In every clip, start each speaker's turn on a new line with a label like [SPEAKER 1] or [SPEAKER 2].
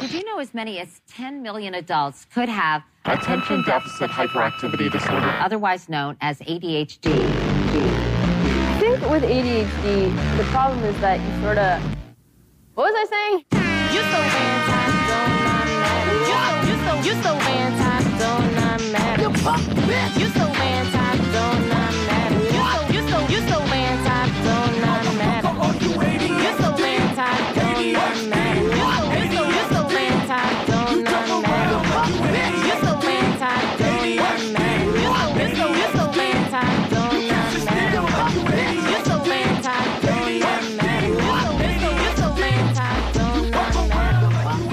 [SPEAKER 1] Did you know as many as 10 million adults could have
[SPEAKER 2] Attention deficit hyperactivity disorder.
[SPEAKER 1] otherwise known as ADHD?
[SPEAKER 3] I think with ADHD, the problem is that you sort of. What was I saying?
[SPEAKER 4] You so anti, you so you so you so anti, don't I'm mad. You punk bitch. You so anti, don't I'm mad. You so you so you so anti, don't I'm mad. You so anti, don't I'm mad. You so you so you so anti, don't I'm mad. You so anti, don't I'm mad. You so you so you so anti, don't I'm mad. You so anti, don't I'm mad. You so you so you so anti, don't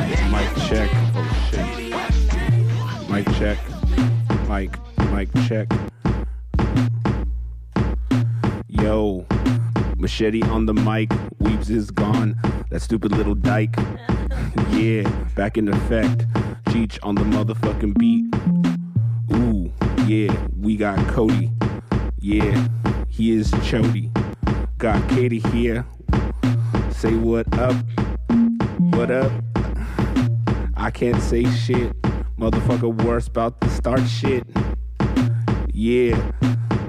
[SPEAKER 4] I'm mad.
[SPEAKER 5] Mic check. Oh shit. Mic check. Mic. Mic check. Yo. Machete on the mic. Weebs is gone. That stupid little dyke. Yeah. Back in effect. Cheech on the motherfucking beat. Ooh. Yeah. We got Cody. Yeah. He is Chody. Got Katie here. Say what up. What up? I can't say shit. Motherfucker, worse about to start shit. Yeah,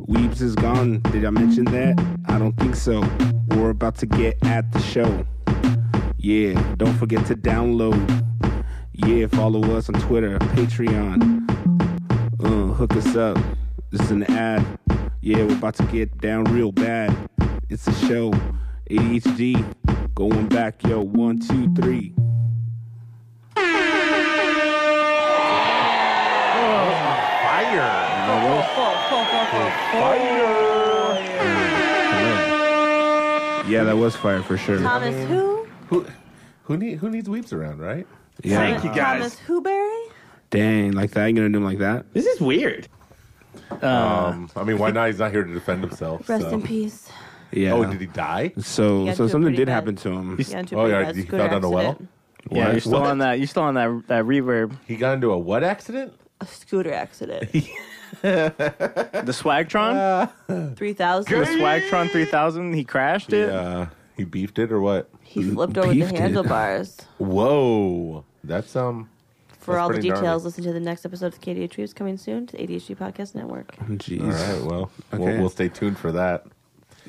[SPEAKER 5] Weebs is gone. Did I mention that? I don't think so. We're about to get at the show. Yeah, don't forget to download. Yeah, follow us on Twitter, Patreon. Uh, hook us up. It's an ad. Yeah, we're about to get down real bad. It's a show. ADHD. Going back, yo. One, two, three.
[SPEAKER 2] Fire.
[SPEAKER 5] Yeah, that was fire for sure.
[SPEAKER 6] Thomas who?
[SPEAKER 7] Who, who, need, who needs weeps around, right?
[SPEAKER 5] Yeah.
[SPEAKER 2] Thank you
[SPEAKER 6] Thomas
[SPEAKER 2] guys.
[SPEAKER 6] who Barry?
[SPEAKER 5] Dang, like that. You gonna do him like that?
[SPEAKER 8] This is weird.
[SPEAKER 7] Um, I mean, why not? He's not here to defend himself.
[SPEAKER 6] Rest
[SPEAKER 7] so.
[SPEAKER 6] in peace.
[SPEAKER 5] Yeah.
[SPEAKER 7] Oh, did he die?
[SPEAKER 5] So,
[SPEAKER 6] He got
[SPEAKER 5] so
[SPEAKER 6] to it
[SPEAKER 5] something
[SPEAKER 6] pretty
[SPEAKER 5] did
[SPEAKER 6] bad.
[SPEAKER 5] happen to him.
[SPEAKER 8] He's-
[SPEAKER 6] Yeah, into a
[SPEAKER 7] oh,
[SPEAKER 6] pretty
[SPEAKER 7] yeah,
[SPEAKER 6] bad
[SPEAKER 7] you
[SPEAKER 6] scooter
[SPEAKER 7] fell down a well?
[SPEAKER 6] accident.
[SPEAKER 8] Yeah, you're
[SPEAKER 5] What?
[SPEAKER 8] still on that. You're still on that that reverb.
[SPEAKER 7] He got into a what accident?
[SPEAKER 6] A scooter accident.
[SPEAKER 8] The Swagtron,
[SPEAKER 6] Three
[SPEAKER 8] the
[SPEAKER 6] thousand.
[SPEAKER 8] Swagtron 3000. He crashed it.
[SPEAKER 7] Uh, he beefed it or what?
[SPEAKER 6] He flipped over the
[SPEAKER 5] Beefed it.
[SPEAKER 6] handlebars.
[SPEAKER 7] Whoa, that's um.
[SPEAKER 6] For
[SPEAKER 7] That's
[SPEAKER 6] all the
[SPEAKER 7] pretty
[SPEAKER 6] details,
[SPEAKER 7] gnarly.
[SPEAKER 6] listen to the next episode of KDH Reeves coming soon to the ADHD Podcast Network.
[SPEAKER 5] Jeez.
[SPEAKER 7] All right, well,
[SPEAKER 5] Okay.
[SPEAKER 7] we'll, we'll stay tuned for that.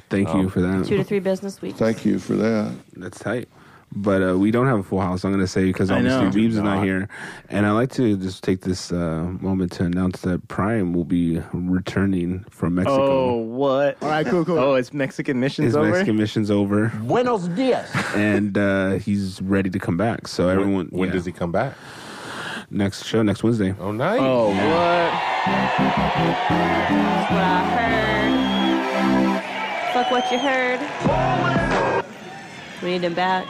[SPEAKER 5] Thank you for
[SPEAKER 6] Two to
[SPEAKER 5] that.
[SPEAKER 6] three business weeks.
[SPEAKER 9] Thank you for that.
[SPEAKER 5] That's tight. But uh, we don't have a full house. I'm gonna say because
[SPEAKER 8] I
[SPEAKER 5] obviously
[SPEAKER 8] know.
[SPEAKER 5] Weebs is not
[SPEAKER 7] Not.
[SPEAKER 5] here, and I like to just take this uh, moment to announce that Prime will be returning from
[SPEAKER 8] Oh,
[SPEAKER 5] Mexico.
[SPEAKER 8] what? All right, cool, cool. Oh, it's Mexican missions
[SPEAKER 5] His
[SPEAKER 8] over.
[SPEAKER 5] Mexican mission's over,
[SPEAKER 10] Buenos dias.
[SPEAKER 5] and uh, he's ready to come back. So everyone,
[SPEAKER 7] When, when
[SPEAKER 5] yeah.
[SPEAKER 7] does he come back?
[SPEAKER 5] next show next Wednesday?
[SPEAKER 7] Oh, nice.
[SPEAKER 8] Oh, what?
[SPEAKER 6] That's what I heard. Fuck what you heard. We need him back.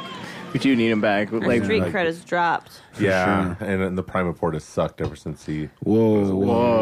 [SPEAKER 8] We do need him back.
[SPEAKER 6] Our
[SPEAKER 8] Like,
[SPEAKER 6] street
[SPEAKER 7] like-
[SPEAKER 6] cred is dropped.
[SPEAKER 7] yeah, and, and the Primaport has sucked ever since he.
[SPEAKER 5] Whoa, whoa.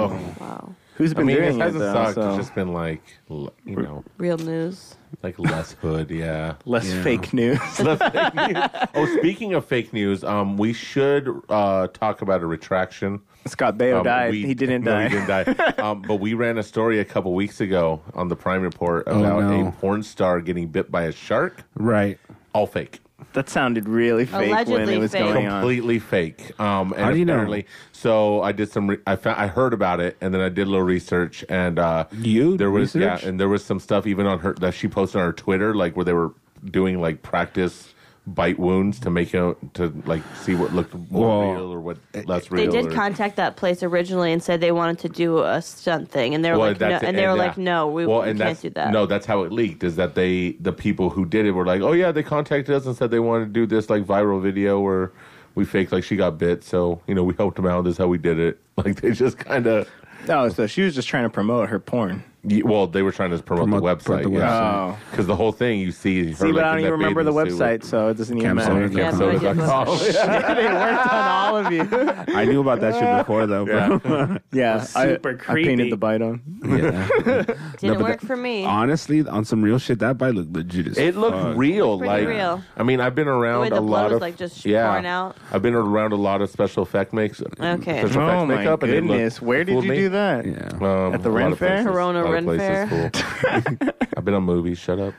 [SPEAKER 8] whoa.
[SPEAKER 6] Wow.
[SPEAKER 8] Who's
[SPEAKER 7] I
[SPEAKER 8] been
[SPEAKER 7] mean, it
[SPEAKER 8] doing it
[SPEAKER 7] hasn't
[SPEAKER 8] though?
[SPEAKER 7] sucked.
[SPEAKER 8] so-
[SPEAKER 7] It's just been like, l- you know,
[SPEAKER 6] Real news.
[SPEAKER 7] like less hood. Yeah.
[SPEAKER 8] less
[SPEAKER 5] Yeah.
[SPEAKER 8] fake news.
[SPEAKER 7] Fake news. oh, speaking of fake news, um, we should uh, talk about a retraction.
[SPEAKER 8] Scott Baio
[SPEAKER 7] Um,
[SPEAKER 8] died.
[SPEAKER 7] we-
[SPEAKER 8] he didn't
[SPEAKER 7] no,
[SPEAKER 8] die.
[SPEAKER 7] He didn't die. um, but we ran a story a couple weeks ago on the Prime Report about
[SPEAKER 5] Oh, no.
[SPEAKER 7] a porn star getting bit by a shark.
[SPEAKER 5] Right.
[SPEAKER 7] All fake.
[SPEAKER 8] That sounded really fake when
[SPEAKER 6] Allegedly
[SPEAKER 8] it was
[SPEAKER 6] fake.
[SPEAKER 8] going on.
[SPEAKER 7] completely fake. Um, and
[SPEAKER 5] How do you know?
[SPEAKER 7] apparently, So I did some. Re- I found, I heard about it, and then I did a little research. And uh,
[SPEAKER 5] You
[SPEAKER 7] there was
[SPEAKER 5] research?
[SPEAKER 7] yeah, and there was some stuff even on her that she posted on her Twitter, like where they were doing like practice bite wounds to make it to like see what looked more
[SPEAKER 5] Well,
[SPEAKER 7] real or what less
[SPEAKER 6] They
[SPEAKER 7] real.
[SPEAKER 6] did
[SPEAKER 7] or-
[SPEAKER 6] contact that place originally and said they wanted to do a stunt thing, and they were
[SPEAKER 7] Well,
[SPEAKER 6] like, no,
[SPEAKER 7] that's it,
[SPEAKER 6] and they were like,
[SPEAKER 7] yeah.
[SPEAKER 6] no, we,
[SPEAKER 7] Well,
[SPEAKER 6] we
[SPEAKER 7] and
[SPEAKER 6] can't
[SPEAKER 7] that's-
[SPEAKER 6] do that.
[SPEAKER 7] No, that's how it leaked. Is that they the people who did it were like, oh yeah, they contacted us and said they wanted to do this like viral video where we faked like she got bit, so you know we helped them out. This is how we did it. Like they just kind of
[SPEAKER 8] No, Oh, so she was just trying to promote her porn.
[SPEAKER 7] well, they were trying to promote,
[SPEAKER 5] Promote-
[SPEAKER 7] the website,
[SPEAKER 5] promote the
[SPEAKER 7] yeah, Oh.
[SPEAKER 8] website.
[SPEAKER 7] because the whole thing you see. Her,
[SPEAKER 8] Oh. See,
[SPEAKER 7] like, in
[SPEAKER 8] but I don't
[SPEAKER 7] that
[SPEAKER 8] even remember the
[SPEAKER 7] bathing suit
[SPEAKER 8] website, so it doesn't even
[SPEAKER 5] Cam
[SPEAKER 8] matter.
[SPEAKER 5] Soda.
[SPEAKER 6] yeah,
[SPEAKER 5] Cam
[SPEAKER 6] but I
[SPEAKER 5] Soda.
[SPEAKER 6] did
[SPEAKER 7] with-
[SPEAKER 6] look-
[SPEAKER 8] it worked on all of you.
[SPEAKER 5] I knew about that shit before though. Bro.
[SPEAKER 8] Yeah,
[SPEAKER 10] super
[SPEAKER 8] I, I
[SPEAKER 10] creepy.
[SPEAKER 8] painted the bite on.
[SPEAKER 5] Yeah.
[SPEAKER 6] Didn't
[SPEAKER 5] but
[SPEAKER 6] work
[SPEAKER 5] that-
[SPEAKER 6] for me.
[SPEAKER 5] Honestly, on some real shit, that bite looked legit. As
[SPEAKER 7] It looked
[SPEAKER 5] fuck.
[SPEAKER 7] real,
[SPEAKER 6] pretty
[SPEAKER 7] like
[SPEAKER 6] real.
[SPEAKER 7] I mean, I've been around
[SPEAKER 6] the
[SPEAKER 7] a
[SPEAKER 6] blood
[SPEAKER 7] lot
[SPEAKER 6] was,
[SPEAKER 7] of
[SPEAKER 6] like, just
[SPEAKER 7] yeah.
[SPEAKER 6] pouring out.
[SPEAKER 7] I've been around a lot of special effect makes.
[SPEAKER 6] Okay.
[SPEAKER 7] special
[SPEAKER 8] Oh
[SPEAKER 7] effects
[SPEAKER 8] my
[SPEAKER 7] makeup, and it looked-
[SPEAKER 8] goodness, where did
[SPEAKER 7] fooled
[SPEAKER 8] you
[SPEAKER 7] me.
[SPEAKER 8] do that?
[SPEAKER 5] Yeah. Uh,
[SPEAKER 7] Um,
[SPEAKER 8] At the
[SPEAKER 7] a lot
[SPEAKER 8] Ren
[SPEAKER 7] of
[SPEAKER 8] Fair?
[SPEAKER 7] places.
[SPEAKER 6] Corona
[SPEAKER 7] A lot of
[SPEAKER 6] Ren Fair.
[SPEAKER 7] cool. I've been on movies. Shut up.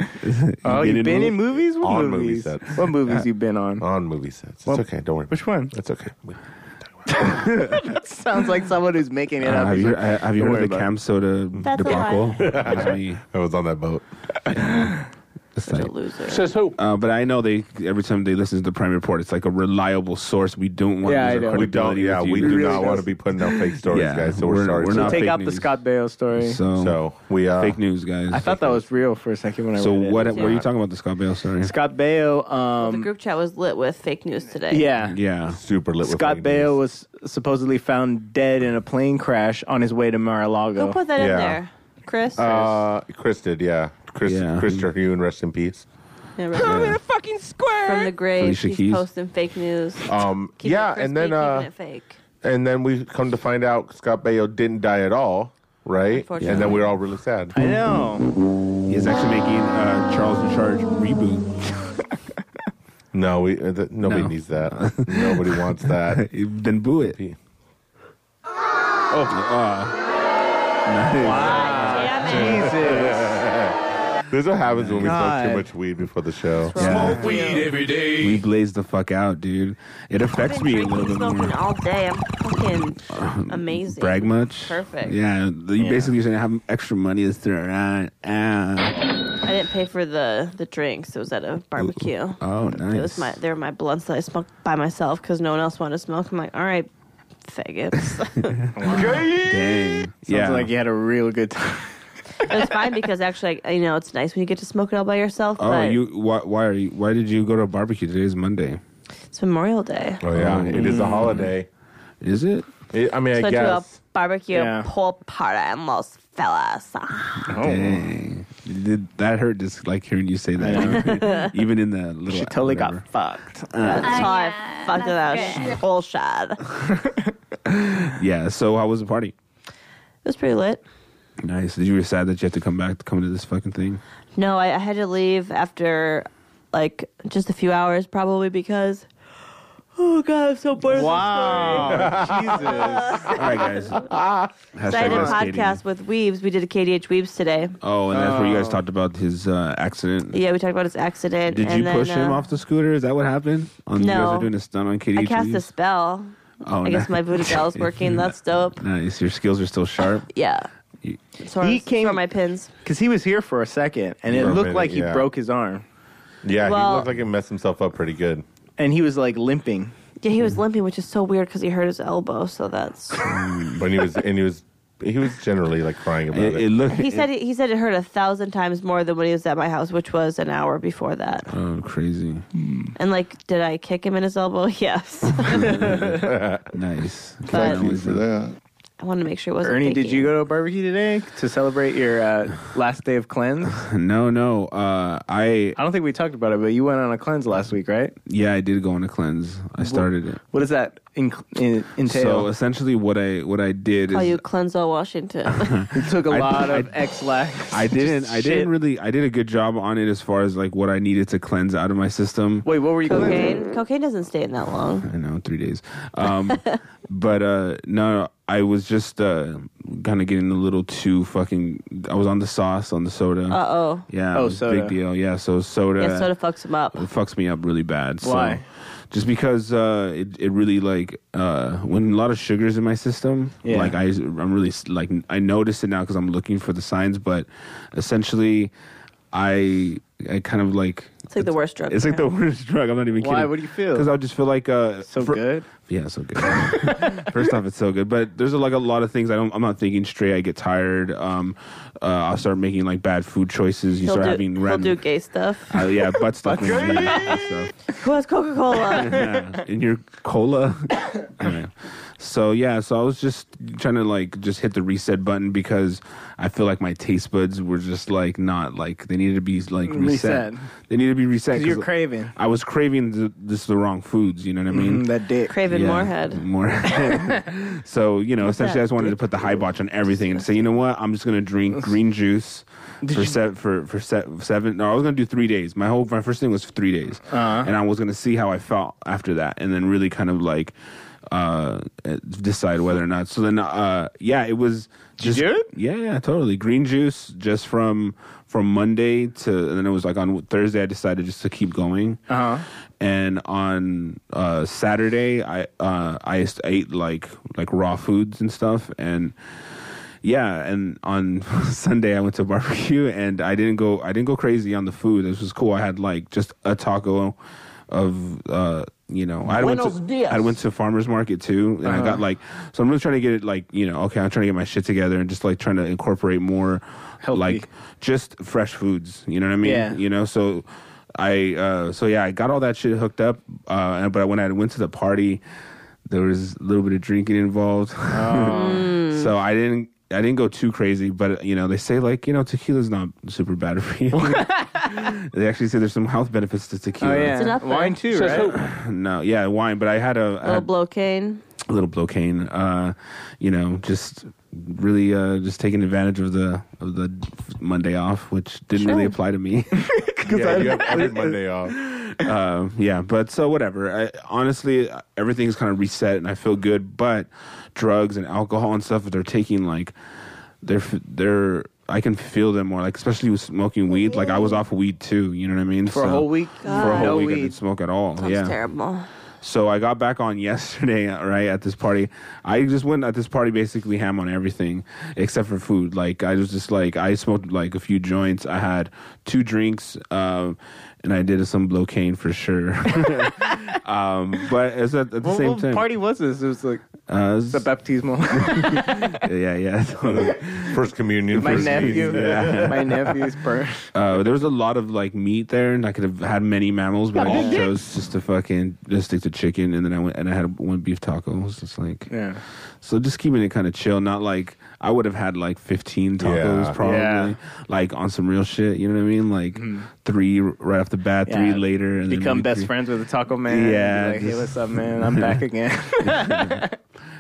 [SPEAKER 8] Oh,
[SPEAKER 5] You
[SPEAKER 8] you've
[SPEAKER 5] been in
[SPEAKER 8] been in
[SPEAKER 5] mov-
[SPEAKER 8] movies? What
[SPEAKER 7] On movie
[SPEAKER 8] movies?
[SPEAKER 7] sets.
[SPEAKER 8] What movies you been on?
[SPEAKER 7] On movie sets. It's
[SPEAKER 8] Well,
[SPEAKER 7] okay. Don't worry.
[SPEAKER 8] Which one?
[SPEAKER 7] That's okay. We-
[SPEAKER 8] Sounds like someone who's making it
[SPEAKER 5] Uh,
[SPEAKER 8] up.
[SPEAKER 5] have
[SPEAKER 8] He's
[SPEAKER 5] you,
[SPEAKER 8] like,
[SPEAKER 5] uh, have you
[SPEAKER 8] "Don't
[SPEAKER 5] heard
[SPEAKER 8] worry
[SPEAKER 5] of the
[SPEAKER 8] about it."
[SPEAKER 5] Cam Soda
[SPEAKER 6] That's a
[SPEAKER 5] debacle? That was me.
[SPEAKER 7] I was on that boat.
[SPEAKER 5] It's
[SPEAKER 6] Such a
[SPEAKER 5] like-
[SPEAKER 6] loser.
[SPEAKER 2] Says who?
[SPEAKER 5] uh, but I know they every time they listen to the Prime Report, it's like a reliable source. We don't want
[SPEAKER 8] Yeah, I
[SPEAKER 5] to lose
[SPEAKER 8] know.
[SPEAKER 5] our
[SPEAKER 7] We don't.
[SPEAKER 5] credibility
[SPEAKER 7] Yeah,
[SPEAKER 5] with
[SPEAKER 7] we
[SPEAKER 5] you.
[SPEAKER 7] do
[SPEAKER 8] really
[SPEAKER 7] not want to
[SPEAKER 8] does.
[SPEAKER 7] be putting out fake stories,
[SPEAKER 5] Yeah,
[SPEAKER 7] guys. So we're,
[SPEAKER 5] we're-
[SPEAKER 7] sorry.
[SPEAKER 5] we're
[SPEAKER 7] So
[SPEAKER 5] not-
[SPEAKER 8] Take
[SPEAKER 5] fake
[SPEAKER 8] out the
[SPEAKER 5] news.
[SPEAKER 8] Scott Baio story.
[SPEAKER 5] So,
[SPEAKER 7] So we uh,
[SPEAKER 5] fake news, guys.
[SPEAKER 8] I thought that was real for a second when I
[SPEAKER 5] So
[SPEAKER 8] read it.
[SPEAKER 5] what?
[SPEAKER 6] It's
[SPEAKER 5] What are you
[SPEAKER 6] not.
[SPEAKER 5] talking about? The Scott Bale story?
[SPEAKER 8] Scott Baio.
[SPEAKER 6] the
[SPEAKER 8] Um,
[SPEAKER 6] group chat was lit with fake news today.
[SPEAKER 8] yeah.
[SPEAKER 5] Yeah.
[SPEAKER 7] super lit.
[SPEAKER 8] Scott
[SPEAKER 7] with fake news.
[SPEAKER 8] Baio was supposedly found dead in a plane crash on his way to
[SPEAKER 6] Who
[SPEAKER 8] Mar-a-Lago.
[SPEAKER 6] put that
[SPEAKER 7] Yeah.
[SPEAKER 6] in there? Chris?
[SPEAKER 7] Uh, Chris did, yeah. Chris,
[SPEAKER 5] Yeah.
[SPEAKER 7] Chris Terhune, rest in peace.
[SPEAKER 6] Yeah, right. From the grave,
[SPEAKER 5] Felicia
[SPEAKER 6] he's
[SPEAKER 5] Keys.
[SPEAKER 6] posting fake news.
[SPEAKER 7] Um,
[SPEAKER 6] Keeping it
[SPEAKER 7] yeah,
[SPEAKER 6] crispy,
[SPEAKER 7] and then
[SPEAKER 6] keeping
[SPEAKER 7] uh,
[SPEAKER 6] it fake.
[SPEAKER 7] and then we come to find out Scott Baio didn't die at all, right? And
[SPEAKER 6] Unfortunately.
[SPEAKER 7] then we were all really sad.
[SPEAKER 8] I know.
[SPEAKER 5] He's actually making uh, Charles in Charge reboot.
[SPEAKER 7] No, we uh, th- nobody
[SPEAKER 5] No.
[SPEAKER 7] needs that. nobody wants that.
[SPEAKER 5] then boo it. Uh,
[SPEAKER 7] P-
[SPEAKER 6] Damn it.
[SPEAKER 8] Jesus.
[SPEAKER 7] This is what happens when we smoke
[SPEAKER 8] God.
[SPEAKER 7] too much weed before the show.
[SPEAKER 5] Yeah.
[SPEAKER 6] weed
[SPEAKER 5] We blaze the fuck out, dude. It affects me a little bit
[SPEAKER 6] smoking
[SPEAKER 5] more.
[SPEAKER 6] all day. I'm
[SPEAKER 7] Uh,
[SPEAKER 6] fucking amazing.
[SPEAKER 5] Brag much?
[SPEAKER 6] Perfect.
[SPEAKER 5] Yeah, you basically shouldn't have extra money to throw around. Ah.
[SPEAKER 6] I didn't pay for the the drinks. It was at a barbecue.
[SPEAKER 5] Oh,
[SPEAKER 6] It was
[SPEAKER 5] nice.
[SPEAKER 6] my they were my blunts that I smoked by myself because no one else wanted to smoke. I'm like, all right, faggots.
[SPEAKER 5] Dang.
[SPEAKER 8] Sounds
[SPEAKER 5] yeah.
[SPEAKER 8] like you had a real good time.
[SPEAKER 6] But it's fine because actually, I, you know, it's nice when you get to smoke it all by yourself.
[SPEAKER 5] Oh,
[SPEAKER 6] but
[SPEAKER 5] you why, why are you why did you go to a barbecue? Today's Monday.
[SPEAKER 6] it's Memorial Day.
[SPEAKER 7] Oh yeah,
[SPEAKER 5] Mm.
[SPEAKER 7] it is a holiday.
[SPEAKER 5] Is it?
[SPEAKER 7] It- I mean, I
[SPEAKER 6] so to a
[SPEAKER 7] guess
[SPEAKER 6] barbecue
[SPEAKER 8] Yeah.
[SPEAKER 6] pool party in Los Feliz.
[SPEAKER 5] Uh. Dang. Did, that hurt just like hearing you say that. Even in the little
[SPEAKER 8] She totally
[SPEAKER 5] whatever.
[SPEAKER 8] got fucked.
[SPEAKER 6] That's how I fucked in that whole shad. It
[SPEAKER 5] Yeah, so how was the party?
[SPEAKER 6] was pretty lit.
[SPEAKER 5] Nice. Did you were sad that you had to come back to come to this fucking thing?
[SPEAKER 6] No, I, I had to leave after like just a few hours, probably because oh god, I'm so bored. of this
[SPEAKER 8] Wow. Jesus.
[SPEAKER 5] All right, guys. Hashtag
[SPEAKER 6] So I did a
[SPEAKER 5] that's dating.
[SPEAKER 6] podcast with Weaves. We did a KDH Weaves today.
[SPEAKER 5] Oh, and that's where you guys talked about his uh, accident.
[SPEAKER 6] Yeah, we talked about his accident.
[SPEAKER 5] Did
[SPEAKER 6] and
[SPEAKER 5] you
[SPEAKER 6] then,
[SPEAKER 5] push him
[SPEAKER 6] uh,
[SPEAKER 5] off the scooter? Is that what happened? On, You guys
[SPEAKER 6] No.
[SPEAKER 5] are doing a stunt on Katie.
[SPEAKER 6] I cast a spell.
[SPEAKER 5] Oh,
[SPEAKER 6] I
[SPEAKER 5] nice.
[SPEAKER 6] guess my voodoo doll's working. That's dope.
[SPEAKER 5] Nice. Your skills are still sharp.
[SPEAKER 6] Yeah.
[SPEAKER 5] You-
[SPEAKER 6] So
[SPEAKER 8] He
[SPEAKER 6] he
[SPEAKER 8] came-
[SPEAKER 6] came for my pins.
[SPEAKER 8] Because he was here for a second, and it
[SPEAKER 7] For a
[SPEAKER 8] looked
[SPEAKER 7] minute,
[SPEAKER 8] like he
[SPEAKER 7] yeah.
[SPEAKER 8] broke his arm,
[SPEAKER 7] yeah,
[SPEAKER 6] Well-
[SPEAKER 7] he looked like he messed himself up pretty good.
[SPEAKER 8] and he was like limping.
[SPEAKER 6] Yeah, he was limping, which is so weird because he hurt his elbow. So that's
[SPEAKER 7] But he was, and he was, he was generally like crying about
[SPEAKER 5] It,
[SPEAKER 7] it.
[SPEAKER 5] it looked.
[SPEAKER 6] he said. He said it hurt a thousand times more than when he was at my house, which was an hour before that.
[SPEAKER 5] Oh, crazy.
[SPEAKER 6] And like, did I kick him in his elbow? Yes.
[SPEAKER 5] Nice.
[SPEAKER 6] But-
[SPEAKER 5] Congratulations.
[SPEAKER 6] I wanted to make sure it wasn't.
[SPEAKER 8] Ernie, did
[SPEAKER 6] picky.
[SPEAKER 8] you go to a barbecue today to celebrate your uh, last day of cleanse?
[SPEAKER 5] No, no. Uh, I
[SPEAKER 8] I don't think we talked about it, but you went on a cleanse last week, right?
[SPEAKER 5] yeah, I did go on a cleanse. I started it.
[SPEAKER 8] What does that in- in-
[SPEAKER 5] So
[SPEAKER 8] entail?
[SPEAKER 5] essentially, what I what I did
[SPEAKER 6] Call
[SPEAKER 5] is
[SPEAKER 6] Oh, you Clenzo Washington.
[SPEAKER 8] you took a
[SPEAKER 5] I-
[SPEAKER 8] lot
[SPEAKER 5] I-
[SPEAKER 8] of X-Lax.
[SPEAKER 5] I didn't
[SPEAKER 8] Just
[SPEAKER 5] I
[SPEAKER 8] shit.
[SPEAKER 5] didn't really I did a good job on it as far as like what I needed to cleanse out of my system.
[SPEAKER 8] Wait, what were you cleansing?
[SPEAKER 6] cocaine. Cocaine doesn't stay in that long.
[SPEAKER 5] I know, three days. Um, but uh, no, I was just uh, kind of getting a little too fucking. I was on the sauce on the soda.
[SPEAKER 6] Uh oh.
[SPEAKER 5] yeah,
[SPEAKER 8] Oh,
[SPEAKER 5] it was a
[SPEAKER 8] soda.
[SPEAKER 5] big deal. Yeah, so soda.
[SPEAKER 6] Yeah, soda fucks him up.
[SPEAKER 5] it fucks me up really bad.
[SPEAKER 8] Why?
[SPEAKER 5] So, just because uh, it it really like uh, when a lot of sugars in my system,
[SPEAKER 8] Yeah.
[SPEAKER 5] like I I'm really like I notice it now because I'm looking for the signs. But essentially, I I kind of like
[SPEAKER 6] It's like the worst drug.
[SPEAKER 5] it's like the
[SPEAKER 6] around.
[SPEAKER 5] worst drug. I'm not even
[SPEAKER 8] Why?
[SPEAKER 5] kidding.
[SPEAKER 8] What do you feel?
[SPEAKER 5] Because I just feel like uh,
[SPEAKER 8] So
[SPEAKER 5] for-
[SPEAKER 8] good.
[SPEAKER 5] Yeah, so good. First off, it's so good, but there's like a lot of things I don't. I'm not thinking straight. I get tired. Um, uh, I'll start making like bad food choices. You
[SPEAKER 6] He'll
[SPEAKER 5] start
[SPEAKER 6] do,
[SPEAKER 5] having
[SPEAKER 6] he'll do
[SPEAKER 5] random.
[SPEAKER 6] gay stuff.
[SPEAKER 5] Uh, yeah, butt stuff. and random stuff.
[SPEAKER 6] Who has Coca Cola?
[SPEAKER 5] Yeah, in your cola. Anyway. So yeah, so I was just trying to like just hit the reset button because I feel like my taste buds were just like not like they needed to be like reset.
[SPEAKER 8] Reset.
[SPEAKER 5] They needed to be reset.
[SPEAKER 8] 'Cause you're craving.
[SPEAKER 5] I was craving the, just the wrong foods. You know what I mean?
[SPEAKER 8] Mm, that dick.
[SPEAKER 6] Craven
[SPEAKER 5] Yeah, Mm,
[SPEAKER 6] Moorhead.
[SPEAKER 5] More. so you know, essentially, I just wanted to put the high botch on everything and say, you know what, I'm just gonna drink green juice for set for for set seven. No, I was gonna do three days. My whole
[SPEAKER 8] Uh-huh.
[SPEAKER 5] my first thing was three days, and I was gonna see how I felt after that, and then really kind of like. uh, decide whether or not. So then, uh, yeah, it was. Just,
[SPEAKER 8] do it?
[SPEAKER 5] Yeah, yeah, totally. Green juice just from from Monday to, and then it was like on Thursday. I decided just to keep going,
[SPEAKER 8] Uh-huh.
[SPEAKER 5] and on uh, Saturday, I uh, I just ate like like raw foods and stuff, and yeah and on sunday i went to a barbecue and i didn't go i didn't go crazy on the food this was cool i had like just a taco of uh you know i went
[SPEAKER 9] Buenos
[SPEAKER 5] to
[SPEAKER 9] dias. Uh-huh.
[SPEAKER 5] i went to farmers market too and i got like so i'm really trying to get it like you know okay i'm trying to get my shit together and just like trying to incorporate more
[SPEAKER 8] Healthy.
[SPEAKER 5] like just fresh foods you know what i mean
[SPEAKER 8] Yeah.
[SPEAKER 5] you know so i uh so yeah i got all that shit hooked up uh and- but when i went to the party there was a little bit of drinking involved so I didn't I didn't go too crazy, but you know they say like you know tequila's not super bad for you. they actually say there's some health benefits to tequila.
[SPEAKER 8] Oh yeah,
[SPEAKER 6] enough there.
[SPEAKER 8] wine too, right?
[SPEAKER 5] No, yeah, wine, but I had a, I
[SPEAKER 6] little
[SPEAKER 5] had
[SPEAKER 6] blocaine.
[SPEAKER 5] a little blocaine. Uh, you know, just really uh, just taking advantage of the of the Monday off, which didn't really apply to me.
[SPEAKER 7] Yeah, you have every Monday off.
[SPEAKER 5] uh, yeah, but so whatever. I, honestly, everything's kind of reset, and I feel good. But drugs and alcohol and stuff, they're taking like they're f- they're. I can feel them more, like especially with smoking weed. Like I was off weed too. You know what I mean?
[SPEAKER 8] For a
[SPEAKER 5] So-
[SPEAKER 8] whole week,
[SPEAKER 5] For a whole
[SPEAKER 8] no
[SPEAKER 5] week, I
[SPEAKER 8] weed.
[SPEAKER 5] didn't smoke at all.
[SPEAKER 6] That's
[SPEAKER 5] yeah.
[SPEAKER 6] terrible.
[SPEAKER 5] So I got back on yesterday, right, at this party. I just went at this party basically ham on everything except for food. Like I was just like I smoked like a few joints. I had two drinks, um, and I did some blocaine for sure. um, but it's at, at the
[SPEAKER 8] What,
[SPEAKER 5] same
[SPEAKER 8] what
[SPEAKER 5] time,
[SPEAKER 8] party was this? It was like
[SPEAKER 5] uh, it was-
[SPEAKER 8] the baptismal.
[SPEAKER 5] yeah, yeah. totally.
[SPEAKER 7] First communion.
[SPEAKER 8] my
[SPEAKER 7] first
[SPEAKER 8] nephew,
[SPEAKER 7] communion.
[SPEAKER 8] my nephew's birth.
[SPEAKER 5] Uh, there was a lot of like meat there, and I could have had many mammals, but I just chose just to fucking just stick to chicken. And then I went and I had one beef taco. It was just like,
[SPEAKER 8] Yeah.
[SPEAKER 5] So just keeping it kind of chill, not like I would have had like 15 tacos
[SPEAKER 7] Yeah.
[SPEAKER 5] probably,
[SPEAKER 8] Yeah.
[SPEAKER 5] like on some real shit. You know what I mean? Like
[SPEAKER 7] Mm-hmm.
[SPEAKER 5] three r- right off the bat, three
[SPEAKER 8] Yeah.
[SPEAKER 5] later, and then
[SPEAKER 8] Become
[SPEAKER 5] maybe
[SPEAKER 8] best
[SPEAKER 5] three-
[SPEAKER 8] friends with the taco man.
[SPEAKER 5] Yeah,
[SPEAKER 8] Be Like, hey,
[SPEAKER 5] just-
[SPEAKER 8] what's up, man? I'm back again.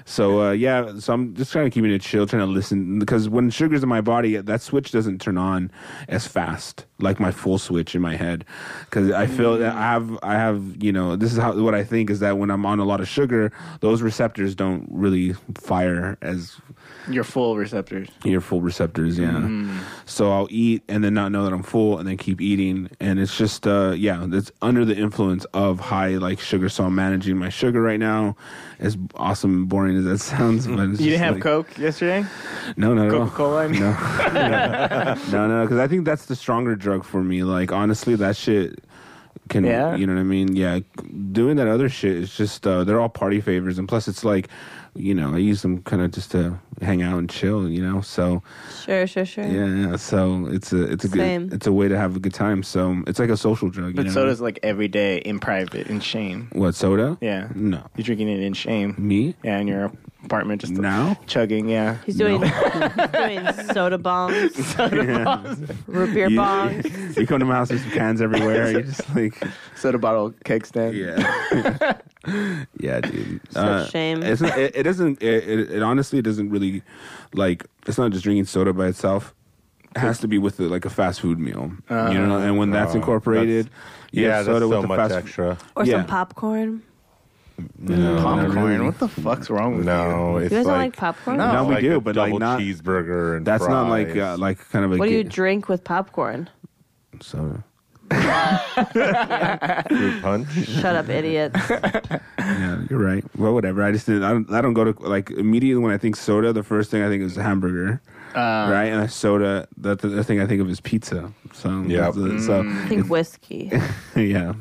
[SPEAKER 5] So uh, yeah, so I'm just kind of keeping it chill, trying to listen because when sugar's in my body, that switch doesn't turn on as fast, like my full switch in my head, because I feel that I have I have you know this is how what I think is that when I'm on a lot of sugar, those receptors don't really fire as
[SPEAKER 8] Your full receptors.
[SPEAKER 5] your full receptors yeah
[SPEAKER 8] Mm.
[SPEAKER 5] so i'll eat and then not know that i'm full and then keep eating and it's just uh yeah it's under the influence of high like sugar so i'm managing my sugar right now as awesome and boring as that sounds but it's
[SPEAKER 8] You
[SPEAKER 5] just
[SPEAKER 8] didn't have
[SPEAKER 5] like-
[SPEAKER 8] Coke yesterday?
[SPEAKER 5] no no
[SPEAKER 8] Coca Cola?
[SPEAKER 5] no no no because i think that's the stronger drug for me like honestly that shit can
[SPEAKER 8] Yeah?
[SPEAKER 5] you know what i mean yeah doing that other shit is just uh they're all party favors and plus it's like you know i use them kind of just to hang out and chill you know so
[SPEAKER 6] Sure, sure, sure.
[SPEAKER 5] yeah, yeah. So it's a it's a
[SPEAKER 6] Same.
[SPEAKER 5] good it's a way to have a good time. So it's like a social drug. You
[SPEAKER 8] But
[SPEAKER 5] know?
[SPEAKER 8] soda's like every day in private, in shame.
[SPEAKER 5] what soda?
[SPEAKER 8] Yeah.
[SPEAKER 5] No.
[SPEAKER 8] You're drinking it in shame.
[SPEAKER 5] Me?
[SPEAKER 8] Yeah, in your apartment just
[SPEAKER 5] Now?
[SPEAKER 8] chugging, yeah.
[SPEAKER 6] He's doing, he's doing soda bombs, root beer
[SPEAKER 5] You-
[SPEAKER 6] bongs.
[SPEAKER 5] you come to my house, there's cans everywhere. You're just like,
[SPEAKER 8] Soda bottle keg stand.
[SPEAKER 5] yeah, yeah, dude. Such
[SPEAKER 6] shame.
[SPEAKER 5] It's not, it, it doesn't. It, it, it honestly doesn't really like. It's not just drinking soda by itself. It has to be with the, like a fast food meal, you know. And when that's
[SPEAKER 7] Uh,
[SPEAKER 5] incorporated, you
[SPEAKER 7] Yeah,
[SPEAKER 5] have
[SPEAKER 7] that's so much extra.
[SPEAKER 6] Or
[SPEAKER 5] Yeah.
[SPEAKER 6] some popcorn.
[SPEAKER 7] No,
[SPEAKER 8] Popcorn.
[SPEAKER 7] no,
[SPEAKER 8] What the fuck's wrong with you?
[SPEAKER 7] No, it's
[SPEAKER 6] You guys
[SPEAKER 7] like,
[SPEAKER 6] don't like popcorn?
[SPEAKER 5] No, we
[SPEAKER 7] a
[SPEAKER 5] do, but, like,
[SPEAKER 7] double
[SPEAKER 5] not-
[SPEAKER 7] cheeseburger and
[SPEAKER 5] That's not like uh,
[SPEAKER 7] fries.
[SPEAKER 5] like kind of a
[SPEAKER 6] What do you
[SPEAKER 5] ga-
[SPEAKER 6] drink with popcorn?
[SPEAKER 5] soda.
[SPEAKER 7] fruit punch.
[SPEAKER 6] Shut up, idiot.
[SPEAKER 5] Yeah, you're right. Well, whatever. I just didn't. I don't, I don't go to like immediately when I think soda. The first thing I think is hamburger, right? And a soda. That the, the thing I think of is pizza. So
[SPEAKER 7] Yeah.
[SPEAKER 5] that's it. so
[SPEAKER 6] I think whiskey.
[SPEAKER 5] yeah.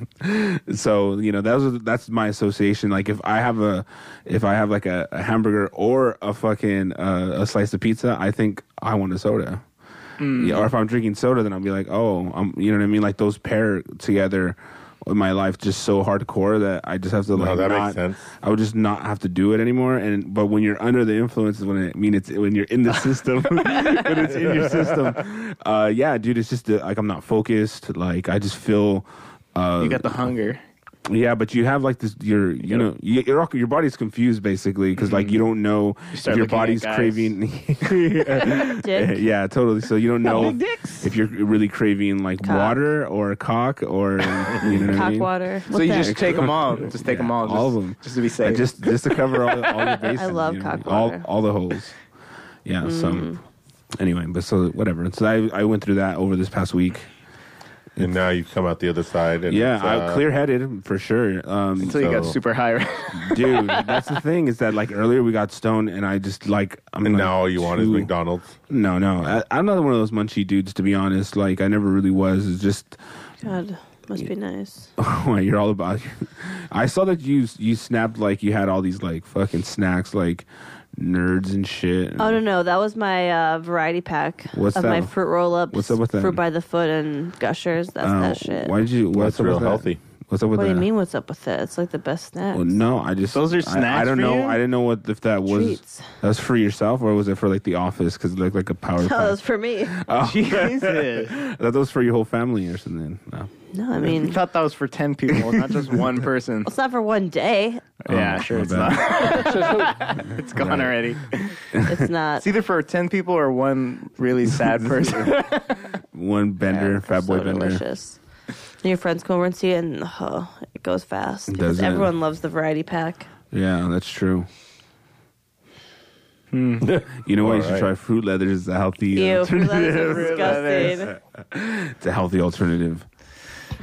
[SPEAKER 5] So you know that's that's my association. Like if I have a if I have like a, a hamburger or a fucking uh, a slice of pizza, I think I want a soda. Yeah, or if I'm drinking soda, then I'll be like, oh, I'm, you know what I mean? Like those pair together in my life just so hardcore that I just have to like
[SPEAKER 7] that makes
[SPEAKER 5] not,
[SPEAKER 7] sense.
[SPEAKER 5] I would just not have to do it anymore. And but when you're under the influence is when it, I mean it's when you're in the system, when it's in your system, uh, yeah, dude, it's just uh, like I'm not focused. Like I just feel. Uh,
[SPEAKER 8] You got the hunger.
[SPEAKER 5] Yeah, but you have like this. Your, you know, you, your your body's confused basically because like you don't know if
[SPEAKER 8] start
[SPEAKER 5] your
[SPEAKER 8] looking at
[SPEAKER 5] body's
[SPEAKER 8] guys.
[SPEAKER 5] craving. yeah,
[SPEAKER 6] Dick.
[SPEAKER 5] yeah, totally. So you don't know
[SPEAKER 8] big dicks.
[SPEAKER 5] if you're really craving like
[SPEAKER 6] Cock.
[SPEAKER 5] water or cock or you know what I
[SPEAKER 6] Cock
[SPEAKER 5] mean?
[SPEAKER 6] water.
[SPEAKER 8] So
[SPEAKER 6] What
[SPEAKER 8] you
[SPEAKER 6] the-
[SPEAKER 8] just take them all. Just take them all.
[SPEAKER 5] all
[SPEAKER 8] just-
[SPEAKER 5] of them.
[SPEAKER 8] Just to be
[SPEAKER 5] Uh,
[SPEAKER 8] safe.
[SPEAKER 5] just just to cover all, all the bases.
[SPEAKER 6] love
[SPEAKER 5] what I mean?
[SPEAKER 6] cock water.
[SPEAKER 5] All all the holes. Yeah. So anyway, but so whatever. So I I went through that over this past week.
[SPEAKER 7] and now you come out the other side. And
[SPEAKER 5] Yeah,
[SPEAKER 7] it's,
[SPEAKER 5] I
[SPEAKER 7] uh,
[SPEAKER 5] clear headed for sure. Um,
[SPEAKER 8] until you got
[SPEAKER 7] so-
[SPEAKER 8] super high.
[SPEAKER 5] dude, that's the thing is that like earlier we got stoned and I just like I'm
[SPEAKER 7] And
[SPEAKER 5] like,
[SPEAKER 7] now all you want is
[SPEAKER 5] too-
[SPEAKER 7] McDonald's.
[SPEAKER 5] No, no, I, I'm not one of those munchy dudes to be honest. Like I never really was. It's just
[SPEAKER 6] God, must be nice.
[SPEAKER 5] you're all about. I saw that you you snapped like you had all these like fucking snacks like nerds and shit.
[SPEAKER 6] Oh no no, that was my uh, variety pack
[SPEAKER 5] What's
[SPEAKER 6] of
[SPEAKER 5] that?
[SPEAKER 6] my fruit roll ups.
[SPEAKER 5] What's up with that?
[SPEAKER 6] Fruit by the foot and gushers. That's
[SPEAKER 5] Uh,
[SPEAKER 6] that shit.
[SPEAKER 5] Why did you? What's
[SPEAKER 7] That's
[SPEAKER 5] up
[SPEAKER 7] real
[SPEAKER 5] with that?
[SPEAKER 7] healthy.
[SPEAKER 5] What's up with
[SPEAKER 6] what do
[SPEAKER 5] that?
[SPEAKER 6] you mean? What's up with it? It's like the best snack.
[SPEAKER 5] Well, no, I just
[SPEAKER 8] Those
[SPEAKER 5] I-
[SPEAKER 8] are
[SPEAKER 5] I,
[SPEAKER 8] snacks
[SPEAKER 5] don't
[SPEAKER 8] for
[SPEAKER 5] know.
[SPEAKER 8] you?
[SPEAKER 5] I didn't know what if that was
[SPEAKER 6] Treats.
[SPEAKER 5] that was for yourself or was it for like the office because it looked like a power.
[SPEAKER 6] No,
[SPEAKER 5] pack.
[SPEAKER 6] that's Oh, for me.
[SPEAKER 8] Oh. Jesus.
[SPEAKER 5] I thought that was for your whole family or something. No.
[SPEAKER 6] No, I
[SPEAKER 8] I
[SPEAKER 6] mean
[SPEAKER 8] thought that was for 10 people, not just one person.
[SPEAKER 6] it's not for one day.
[SPEAKER 8] yeah,
[SPEAKER 5] Oh,
[SPEAKER 8] sure.
[SPEAKER 5] my
[SPEAKER 8] It's
[SPEAKER 5] bad.
[SPEAKER 8] not. it's gone already.
[SPEAKER 6] It's not.
[SPEAKER 8] It's either for 10 people or one really sad person.
[SPEAKER 5] One bender,
[SPEAKER 6] it's
[SPEAKER 5] fat boy
[SPEAKER 6] so
[SPEAKER 5] bender.
[SPEAKER 6] delicious. And your friends come over and see it, and oh, it goes fast.
[SPEAKER 5] Does
[SPEAKER 6] Because
[SPEAKER 5] it?
[SPEAKER 6] everyone loves the variety pack.
[SPEAKER 5] Yeah, that's true. you know what? You should
[SPEAKER 7] Alright.
[SPEAKER 5] try fruit leather. It's a healthy,
[SPEAKER 6] Ew,
[SPEAKER 5] uh,
[SPEAKER 6] fruit leathers are
[SPEAKER 8] Fruit leathers.
[SPEAKER 6] disgusting.
[SPEAKER 5] it's a healthy alternative.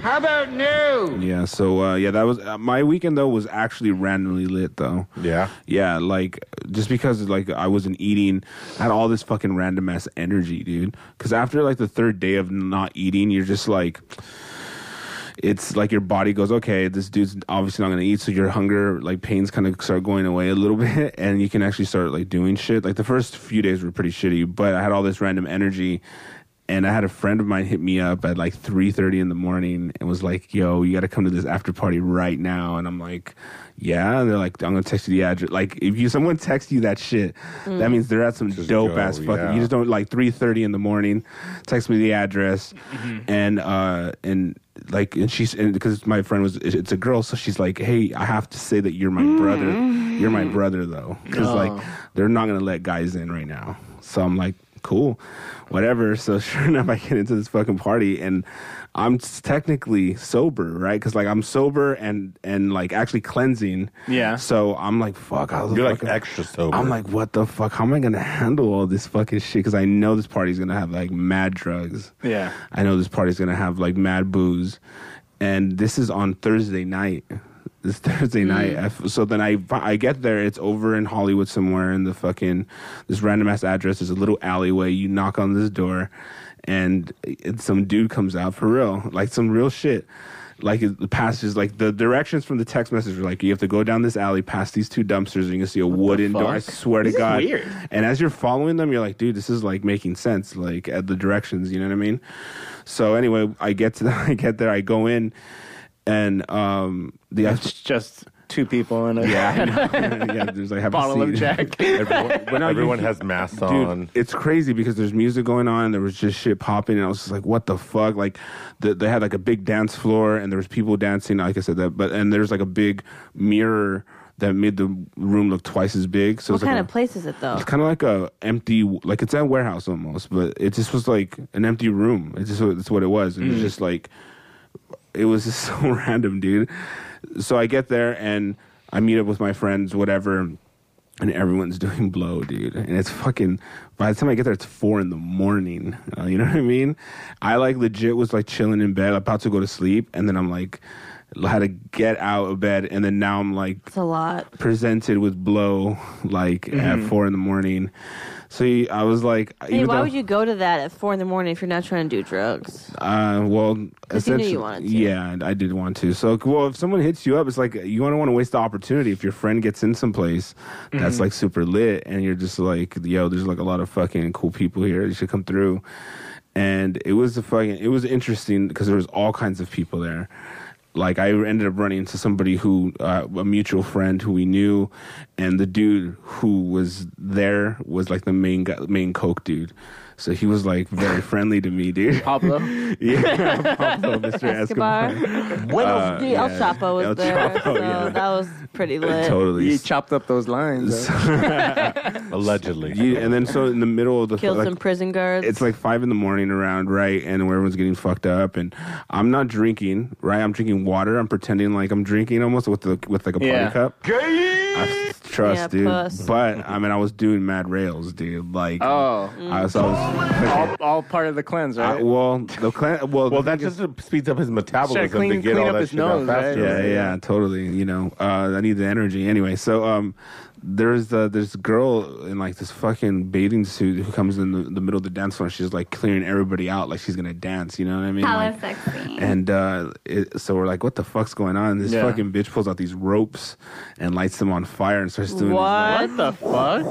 [SPEAKER 2] How about new?
[SPEAKER 5] Yeah. So uh, yeah, that was uh, my weekend though was actually randomly lit though.
[SPEAKER 7] Yeah.
[SPEAKER 5] Yeah, like just because like I wasn't eating, I had all this fucking random ass energy, dude. Because after like the third day of not eating, you're just like, it's like your body goes, okay, this dude's obviously not gonna eat, so your hunger like pains kind of start going away a little bit, and you can actually start like doing shit. Like the first few days were pretty shitty, but I had all this random energy. And I had a friend of mine hit me up at like three thirty in the morning and was like, "Yo, you got to come to this after party right now." And I'm like, "Yeah." And they're like, "I'm gonna text you the address." Like, if you someone texts you that shit, that means they're at some
[SPEAKER 7] Mm. Just
[SPEAKER 5] dope
[SPEAKER 7] go,
[SPEAKER 5] ass fucking.
[SPEAKER 7] yeah.
[SPEAKER 5] You just don't like three thirty in the morning. Text me the address,
[SPEAKER 7] Mm-hmm.
[SPEAKER 5] and uh, and like, and she's and because my friend was, it- it's a girl, so she's like, "Hey, I have to say that you're my brother. You're my
[SPEAKER 7] Mm.
[SPEAKER 5] brother though, because
[SPEAKER 7] Oh.
[SPEAKER 5] like they're not gonna let guys in right now." So I'm like, cool, whatever. So sure enough, I get into this fucking party and I'm s- technically sober, right? Because like I'm sober and and like actually cleansing.
[SPEAKER 8] Yeah.
[SPEAKER 5] So I'm like, fuck. How the
[SPEAKER 7] You're
[SPEAKER 5] fuck
[SPEAKER 7] like extra sober.
[SPEAKER 5] I'm like, what the fuck? How am I gonna handle all this fucking shit? Because I know this party's gonna have like mad drugs.
[SPEAKER 8] yeah.
[SPEAKER 5] I know this party's gonna have like mad booze, and this is on Thursday night. This Thursday night, I f- so then I fi- I get there. It's over in Hollywood somewhere in the fucking this random ass address is a little alleyway. You knock on this door, and it, some dude comes out for real, like some real shit. Like it- the passages, like the directions from the text message were like, you have to go down this alley, past these two dumpsters, and you can see a wooden door. I
[SPEAKER 8] fuck?
[SPEAKER 5] swear to God,
[SPEAKER 8] weird.
[SPEAKER 5] and as you're following them, you're like, dude, this is like making sense, like at the directions, you know what I mean? So anyway, I get to the, I get there, I go in, and um, the
[SPEAKER 8] It's just two people in a.
[SPEAKER 5] yeah, yeah, there's like have a
[SPEAKER 8] Bottle of
[SPEAKER 5] seat.
[SPEAKER 8] Jack.
[SPEAKER 5] Everyone, but now you-
[SPEAKER 7] Everyone has masks on.
[SPEAKER 5] Dude, it's crazy because there's music going on and there was just shit popping and I was just like, what the fuck? Like, the, they had like a big dance floor and there was people dancing. Like I said that, but and there's like a big mirror that made the room look twice as big. So it's
[SPEAKER 6] What
[SPEAKER 5] like
[SPEAKER 6] kind
[SPEAKER 5] a-
[SPEAKER 6] of place is it though?
[SPEAKER 5] it's kind of like a empty, like it's a warehouse almost, but it just was like an empty room. It's just it's what it was. It was just like it was just so random, dude. So I get there and I meet up with my friends, whatever, and everyone's doing blow, dude. And it's fucking. By the time I get there, it's four in the morning. Uh, you know what I mean? I like legit was like chilling in bed, about to go to sleep, and then I'm like, had to get out of bed, and then now I'm like
[SPEAKER 6] It's a lot.
[SPEAKER 5] presented with blow like at four in the morning. So you- I was like,
[SPEAKER 6] Mm-hmm. Hey,
[SPEAKER 5] even
[SPEAKER 6] why
[SPEAKER 5] though-
[SPEAKER 6] would you go to that at four in the morning if you're not trying to do drugs?
[SPEAKER 5] Uh, well,
[SPEAKER 6] you knew
[SPEAKER 5] essentially,
[SPEAKER 6] you wanted to.
[SPEAKER 5] yeah, I did want to. So, well, if someone hits you up, it's like you don't want to waste the opportunity. If your friend gets in someplace that's like super lit, and you're just like, yo, there's like a lot of fucking cool people here. You should come through. And it was a fucking, it was interesting because there was all kinds of people there. Like I ended up running into somebody who, uh, a mutual friend who we knew, and the dude who was there was like the main guy, main coke dude. So he was like very friendly to me, dude.
[SPEAKER 8] Pablo.
[SPEAKER 5] yeah, Pablo, Mr. Escobar.
[SPEAKER 6] Escobar.
[SPEAKER 5] Uh,
[SPEAKER 6] The El
[SPEAKER 5] yeah.
[SPEAKER 6] Chapo was
[SPEAKER 5] El
[SPEAKER 6] there,
[SPEAKER 5] Chapo,
[SPEAKER 6] so
[SPEAKER 5] yeah.
[SPEAKER 6] that was pretty lit.
[SPEAKER 5] Totally.
[SPEAKER 8] You chopped up those lines. though.
[SPEAKER 7] Allegedly.
[SPEAKER 5] You- and then so in the middle of the
[SPEAKER 6] Killed
[SPEAKER 5] like,
[SPEAKER 6] some prison guards.
[SPEAKER 5] it's like five in the morning around, right? And where everyone's getting fucked up, and I'm not drinking, right? I'm drinking water. I'm pretending like I'm drinking almost with the with like a party
[SPEAKER 8] Yeah.
[SPEAKER 5] cup. I s- trust,
[SPEAKER 6] Yeah,
[SPEAKER 5] dude.
[SPEAKER 6] puss.
[SPEAKER 5] But I mean, I was doing mad rails, dude. Like,
[SPEAKER 8] Oh.
[SPEAKER 5] I was, I was
[SPEAKER 8] all, all part of the cleanse,
[SPEAKER 5] I-
[SPEAKER 8] right?
[SPEAKER 5] well, the clan, well,
[SPEAKER 7] Well,
[SPEAKER 5] the
[SPEAKER 7] that
[SPEAKER 5] thing is-
[SPEAKER 7] just speeds up his metabolism
[SPEAKER 8] clean-
[SPEAKER 7] to get
[SPEAKER 8] clean
[SPEAKER 7] all
[SPEAKER 8] up
[SPEAKER 7] that
[SPEAKER 8] his
[SPEAKER 7] shit out
[SPEAKER 8] nose,
[SPEAKER 7] faster.
[SPEAKER 8] right?
[SPEAKER 5] yeah, yeah, totally. You know, uh, I need the energy anyway. So, um, there's the this girl in like this fucking bathing suit who comes in the, the middle of the dance floor. And she's like clearing everybody out, like she's gonna dance. You know what I mean?
[SPEAKER 9] Hella
[SPEAKER 5] Like,
[SPEAKER 9] sexy.
[SPEAKER 5] and uh, it, so we're like, what the fuck's going on? And this
[SPEAKER 8] Yeah.
[SPEAKER 5] fucking bitch pulls out these ropes and lights them on fire and starts doing
[SPEAKER 6] what?
[SPEAKER 8] What the fuck?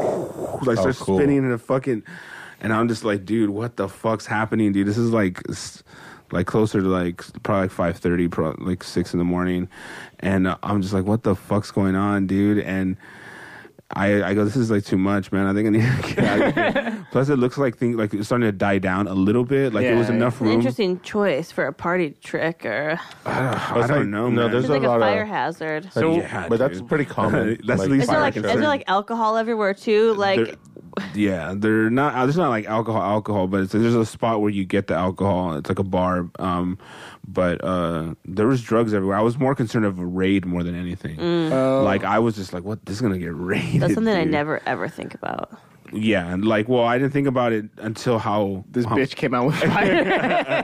[SPEAKER 5] These, like, like
[SPEAKER 7] Oh,
[SPEAKER 5] starts
[SPEAKER 7] cool.
[SPEAKER 5] spinning in a fucking. And I'm just like, dude, what the fuck's happening, dude? This is like, s- like closer to like probably like five thirty, pro like six in the morning, and uh, I'm just like, what the fuck's going on, dude? And I, I go, this is like too much, man. I think I need to get out of here. Plus, it looks like things like it's starting to die down a little bit. Like there was
[SPEAKER 8] Yeah.
[SPEAKER 5] enough
[SPEAKER 6] An
[SPEAKER 5] room.
[SPEAKER 6] interesting choice for a party trick or
[SPEAKER 5] I
[SPEAKER 7] It's like-
[SPEAKER 5] don't know,
[SPEAKER 7] No,
[SPEAKER 5] man.
[SPEAKER 7] there's
[SPEAKER 6] it's
[SPEAKER 7] a
[SPEAKER 6] like a
[SPEAKER 7] lot
[SPEAKER 6] fire
[SPEAKER 7] of.
[SPEAKER 6] hazard.
[SPEAKER 7] So,
[SPEAKER 5] Yeah,
[SPEAKER 7] but that's
[SPEAKER 5] dude.
[SPEAKER 7] pretty common.
[SPEAKER 5] That's at least
[SPEAKER 6] Is there
[SPEAKER 5] fire
[SPEAKER 6] like is
[SPEAKER 5] hazard.
[SPEAKER 6] there like alcohol everywhere too? Like
[SPEAKER 5] There- yeah, they're not. uh, There's not like alcohol, alcohol, but it's, there's a spot where you get the alcohol. It's like a bar, um, but uh, there was drugs everywhere. I was more concerned of a raid more than anything.
[SPEAKER 8] Oh.
[SPEAKER 5] Like I was just like, what? This is gonna get raided.
[SPEAKER 6] Mm. that's something I
[SPEAKER 5] dude.
[SPEAKER 6] never ever think about.
[SPEAKER 5] Yeah, and like, well, I didn't think about it until how
[SPEAKER 8] This
[SPEAKER 5] how-
[SPEAKER 8] bitch came out with fire.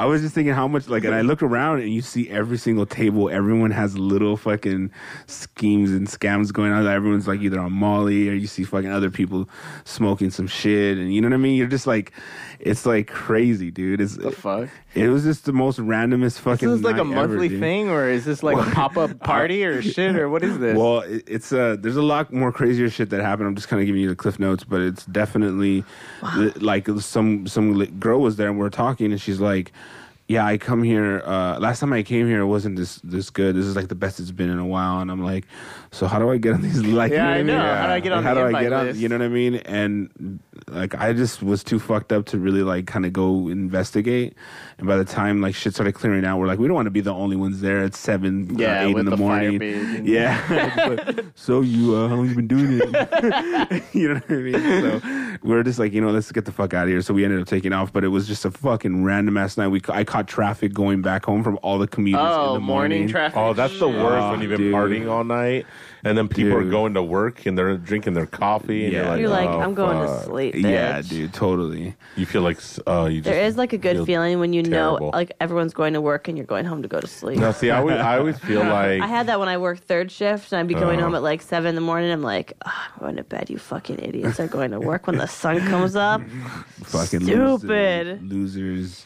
[SPEAKER 5] I was just thinking how much like, and I look around and you see every single table. Everyone has little fucking schemes and scams going on. Everyone's like either on Molly or you see fucking other people smoking some shit, and you know what I mean. You're just like, it's like crazy, dude. It's
[SPEAKER 8] the fuck?
[SPEAKER 5] It was just the most randomest fucking.
[SPEAKER 8] This is like a
[SPEAKER 5] night ever,
[SPEAKER 8] monthly
[SPEAKER 5] dude.
[SPEAKER 8] thing, or is this like a pop up party or shit, or what is this?
[SPEAKER 5] Well, it, it's uh, there's a lot more crazier shit that happened. I'm just kind of giving you the cliff notes, but it's definitely li- like some some li- girl was there and we are talking, and she's like, "Yeah, I come here. Uh, last time I came here, it wasn't this this good. This is like the best it's been in a while." And I'm like, "So how do I get on these like?
[SPEAKER 8] Yeah, I
[SPEAKER 5] you what
[SPEAKER 8] know. How do I get on
[SPEAKER 5] How
[SPEAKER 8] the
[SPEAKER 5] do I
[SPEAKER 8] invite
[SPEAKER 5] get on?
[SPEAKER 8] list?
[SPEAKER 5] You know what I mean? And like, I just was too fucked up to really like kind of go investigate. And by the time like shit started clearing out, we're like, we don't want to be the only ones there at seven, uh,
[SPEAKER 8] Yeah,
[SPEAKER 5] eight
[SPEAKER 8] with
[SPEAKER 5] in the,
[SPEAKER 8] the fire
[SPEAKER 5] morning.
[SPEAKER 8] pit and-
[SPEAKER 5] Yeah. But, so you, uh, how long you been doing it? you know what I mean? So we are just like, you know, let's get the fuck out of here. So we ended up taking off, but it was just a fucking random ass night. We ca- I caught traffic going back home from all the commuters in
[SPEAKER 8] oh,
[SPEAKER 5] the
[SPEAKER 8] morning traffic.
[SPEAKER 7] Oh, that's the worst when you've been
[SPEAKER 5] dude.
[SPEAKER 7] partying all night, and then people
[SPEAKER 5] Dude.
[SPEAKER 7] are going to work and they're drinking their coffee, and
[SPEAKER 5] Yeah.
[SPEAKER 7] you're like,
[SPEAKER 6] You're like,
[SPEAKER 7] "Oh,
[SPEAKER 6] I'm going
[SPEAKER 7] fuck."
[SPEAKER 6] to sleep.
[SPEAKER 5] Yeah,
[SPEAKER 6] bitch."
[SPEAKER 5] dude, totally.
[SPEAKER 7] You feel like s- uh, you just
[SPEAKER 6] There is like a good
[SPEAKER 7] feel-
[SPEAKER 6] feeling when you know
[SPEAKER 7] terrible.
[SPEAKER 6] like everyone's going to work and you're going home to go to sleep.
[SPEAKER 7] No, see, I always, I always feel like
[SPEAKER 6] I had that when I worked third shift, and I'd be going
[SPEAKER 7] Uh-huh.
[SPEAKER 6] home at like seven in the morning. I'm like, "Ugh, I'm going to bed. You fucking idiots are going to work when the sun comes up.
[SPEAKER 5] Fucking Loser,
[SPEAKER 6] Stupid.
[SPEAKER 5] losers.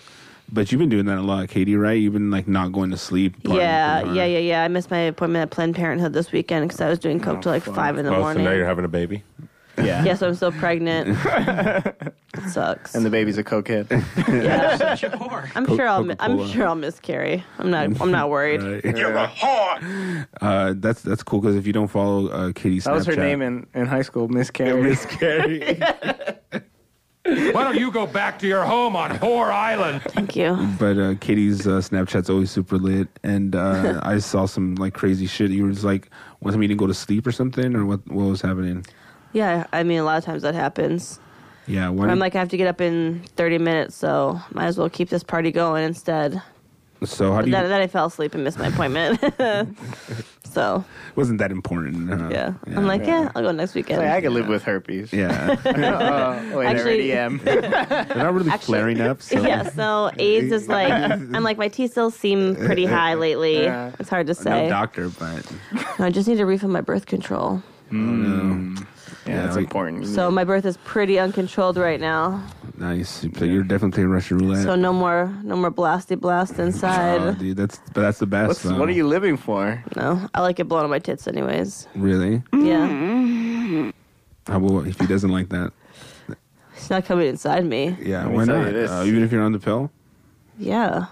[SPEAKER 5] But you've been doing that a lot, Katie, right? You've been like not going to sleep. partying
[SPEAKER 6] yeah,
[SPEAKER 5] pretty
[SPEAKER 6] yeah,
[SPEAKER 5] hard.
[SPEAKER 6] yeah, yeah. I missed my appointment at Planned Parenthood this weekend because I was doing coke till like five in the
[SPEAKER 7] oh, so
[SPEAKER 6] morning.
[SPEAKER 7] now you're having a baby.
[SPEAKER 8] yeah.
[SPEAKER 6] yes, I'm still pregnant. it sucks.
[SPEAKER 8] And the baby's a cokehead.
[SPEAKER 6] yeah. I'm sure I'll. mi- I'm
[SPEAKER 5] Coca-Cola.
[SPEAKER 6] sure I'll miscarry. I'm not. I'm not worried.
[SPEAKER 5] Right. You're a whore. Uh, that's that's cool because if you don't follow uh, Katie's Snapchat,
[SPEAKER 8] That was her name in, in high school, Miss Carrie.
[SPEAKER 5] Miss Carrie.
[SPEAKER 10] Why don't you go back to your home on Whore Island?
[SPEAKER 6] Thank you.
[SPEAKER 5] But uh, Katie's uh, Snapchat's always super lit, and uh, I saw some like crazy shit. You were just like, one time you didn't go to sleep or something, or what? What was happening?
[SPEAKER 6] Yeah, I mean, a lot of times that happens.
[SPEAKER 5] Yeah, why
[SPEAKER 6] I'm
[SPEAKER 5] didn't-
[SPEAKER 6] like, I have to get up in 30 minutes, so might as well keep this party going instead.
[SPEAKER 5] so how
[SPEAKER 6] But
[SPEAKER 5] do you?
[SPEAKER 6] then, then I fell asleep and missed my appointment. so,
[SPEAKER 5] wasn't that important? uh,
[SPEAKER 6] yeah. I'm like, yeah, I'll go next
[SPEAKER 8] It's
[SPEAKER 6] weekend.
[SPEAKER 8] like, I could live with herpes.
[SPEAKER 5] yeah,
[SPEAKER 8] Oh,
[SPEAKER 6] Actually-
[SPEAKER 8] wait, I already am.
[SPEAKER 5] they're not really flaring up. So.
[SPEAKER 6] yeah, so AIDS is like, I'm like, my T cells seem pretty high lately.
[SPEAKER 8] Yeah.
[SPEAKER 6] It's hard to
[SPEAKER 5] Uh, No
[SPEAKER 6] say.
[SPEAKER 5] doctor, but
[SPEAKER 6] No, I just need to refill my birth control.
[SPEAKER 5] Mm.
[SPEAKER 8] Yeah, it's
[SPEAKER 5] we-
[SPEAKER 8] important.
[SPEAKER 6] So, my birth is pretty uncontrolled right now.
[SPEAKER 5] nice. You play, you're definitely playing Russian roulette.
[SPEAKER 6] So, no more, no more blasty blast
[SPEAKER 5] Oh,
[SPEAKER 6] inside.
[SPEAKER 5] dude, that's but that's the best.
[SPEAKER 8] What's,
[SPEAKER 5] though.
[SPEAKER 8] what are you living for?
[SPEAKER 6] No, I like it blown on my tits, anyways.
[SPEAKER 5] really?
[SPEAKER 6] Yeah.
[SPEAKER 5] How about if he doesn't like that?
[SPEAKER 6] It's not coming inside me.
[SPEAKER 5] Yeah,
[SPEAKER 8] Let me
[SPEAKER 5] why
[SPEAKER 8] tell
[SPEAKER 5] not?
[SPEAKER 8] you this.
[SPEAKER 5] Uh, even if you're on the pill.
[SPEAKER 6] Yeah.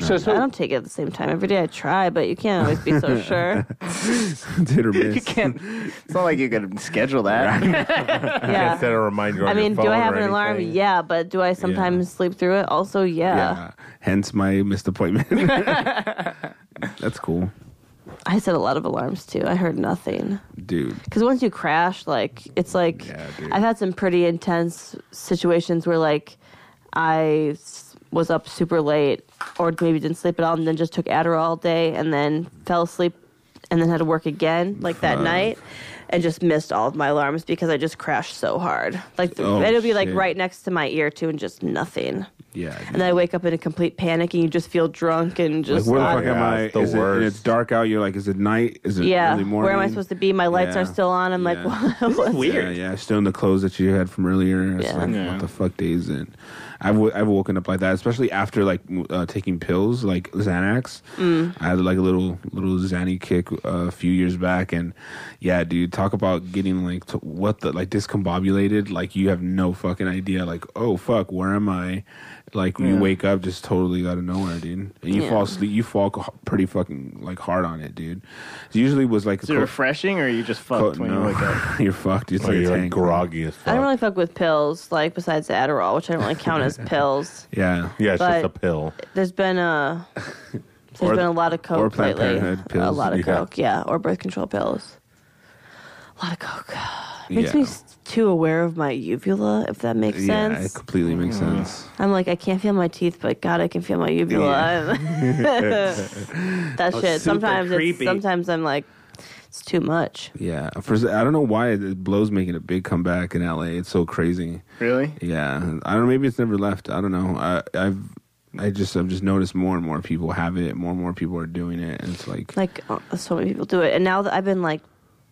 [SPEAKER 7] So,
[SPEAKER 6] I
[SPEAKER 7] so
[SPEAKER 6] don't take it at the same time every day. I try, but you can't always be so sure.
[SPEAKER 5] Hit or miss.
[SPEAKER 8] You can't. It's not like you can schedule that.
[SPEAKER 6] Yeah.
[SPEAKER 7] set a reminder. On
[SPEAKER 6] I mean,
[SPEAKER 7] your
[SPEAKER 6] do I
[SPEAKER 7] phone
[SPEAKER 6] have
[SPEAKER 7] or
[SPEAKER 6] an alarm?
[SPEAKER 7] anything.
[SPEAKER 6] Yeah, but do I sometimes sleep through it? Also, yeah.
[SPEAKER 5] Yeah. Hence my missed appointment. That's cool,
[SPEAKER 6] I set a lot of alarms too. I heard nothing.
[SPEAKER 5] dude.
[SPEAKER 6] Because once you crash, like, it's like,
[SPEAKER 5] Yeah, dude.
[SPEAKER 6] I've had some pretty intense situations where, like, I s- was up super late or maybe didn't sleep at all and then just took Adderall all day and then fell asleep and then had to work again, like, that
[SPEAKER 5] Fuck.
[SPEAKER 6] night and just missed all of my alarms because I just crashed so hard. Like, th-
[SPEAKER 5] Oh,
[SPEAKER 6] it'll be, like,
[SPEAKER 5] shit.
[SPEAKER 6] right next to my ear, too, and just nothing.
[SPEAKER 5] Yeah.
[SPEAKER 6] And then I wake up in a complete panic and you just feel drunk and
[SPEAKER 5] Like
[SPEAKER 6] just.
[SPEAKER 5] where the
[SPEAKER 6] not-
[SPEAKER 5] fuck am
[SPEAKER 7] Yeah,
[SPEAKER 5] I?
[SPEAKER 7] it's the
[SPEAKER 5] is it- and
[SPEAKER 7] worst.
[SPEAKER 5] it's dark out. You're like, is it night? Is it
[SPEAKER 6] yeah,
[SPEAKER 5] early morning?
[SPEAKER 6] where am I supposed to be? My lights
[SPEAKER 5] Yeah.
[SPEAKER 6] are still on. I'm
[SPEAKER 5] Yeah.
[SPEAKER 6] like, what? was-
[SPEAKER 5] Weird. Yeah, yeah, still in the clothes that you had from earlier. It's
[SPEAKER 6] Yeah.
[SPEAKER 5] like,
[SPEAKER 8] Yeah.
[SPEAKER 5] what the fuck day is it? I've, w- I've woken up like that, especially after like m- uh, taking pills like Xanax. I had like a little little Xanny kick uh, a few years back, and yeah, dude, talk about getting like to what the like discombobulated. Like you have no fucking idea. Like oh fuck, where am I? Like you
[SPEAKER 8] Yeah.
[SPEAKER 5] wake up just totally out of nowhere, dude, and you
[SPEAKER 6] Yeah.
[SPEAKER 5] fall asleep. You fall c- pretty fucking like hard on it, dude. It usually was like a
[SPEAKER 8] Is it
[SPEAKER 5] co-
[SPEAKER 8] refreshing or are you just
[SPEAKER 5] co-
[SPEAKER 8] fucked when
[SPEAKER 5] no.
[SPEAKER 8] you wake up?
[SPEAKER 5] you're fucked. It's
[SPEAKER 7] Oh,
[SPEAKER 5] like, a
[SPEAKER 7] you're like
[SPEAKER 5] tank.
[SPEAKER 7] groggy as fuck.
[SPEAKER 6] I don't really fuck with pills, like besides Adderall, which I don't really count as pills.
[SPEAKER 5] Yeah.
[SPEAKER 7] yeah, it's just
[SPEAKER 6] but-
[SPEAKER 7] a pill.
[SPEAKER 6] There's been a there's
[SPEAKER 5] Or-
[SPEAKER 6] been a lot of coke
[SPEAKER 5] or Planned
[SPEAKER 6] lately.
[SPEAKER 5] Parenthood
[SPEAKER 6] a
[SPEAKER 5] pills,
[SPEAKER 6] lot of
[SPEAKER 7] yeah.
[SPEAKER 6] coke, yeah, or birth control pills. A lot of coke makes
[SPEAKER 5] yeah.
[SPEAKER 6] me s- too aware of my uvula, if that makes
[SPEAKER 5] Yeah, it
[SPEAKER 6] sense.
[SPEAKER 5] completely makes sense.
[SPEAKER 6] I'm like, I can't feel my teeth, but God, I can feel my uvula. that shit. Sometimes it's,
[SPEAKER 8] creepy.
[SPEAKER 6] sometimes I'm like, it's too much.
[SPEAKER 5] Yeah. For, I don't know why it Blow's making a big comeback in LA. It's so crazy.
[SPEAKER 8] Really?
[SPEAKER 5] Yeah. I don't know. Maybe it's never left. I don't know. I, I've. I just I've just noticed more and more people have it. More and more people are doing it, and it's like,
[SPEAKER 6] like uh, so many people do it and now that i've been like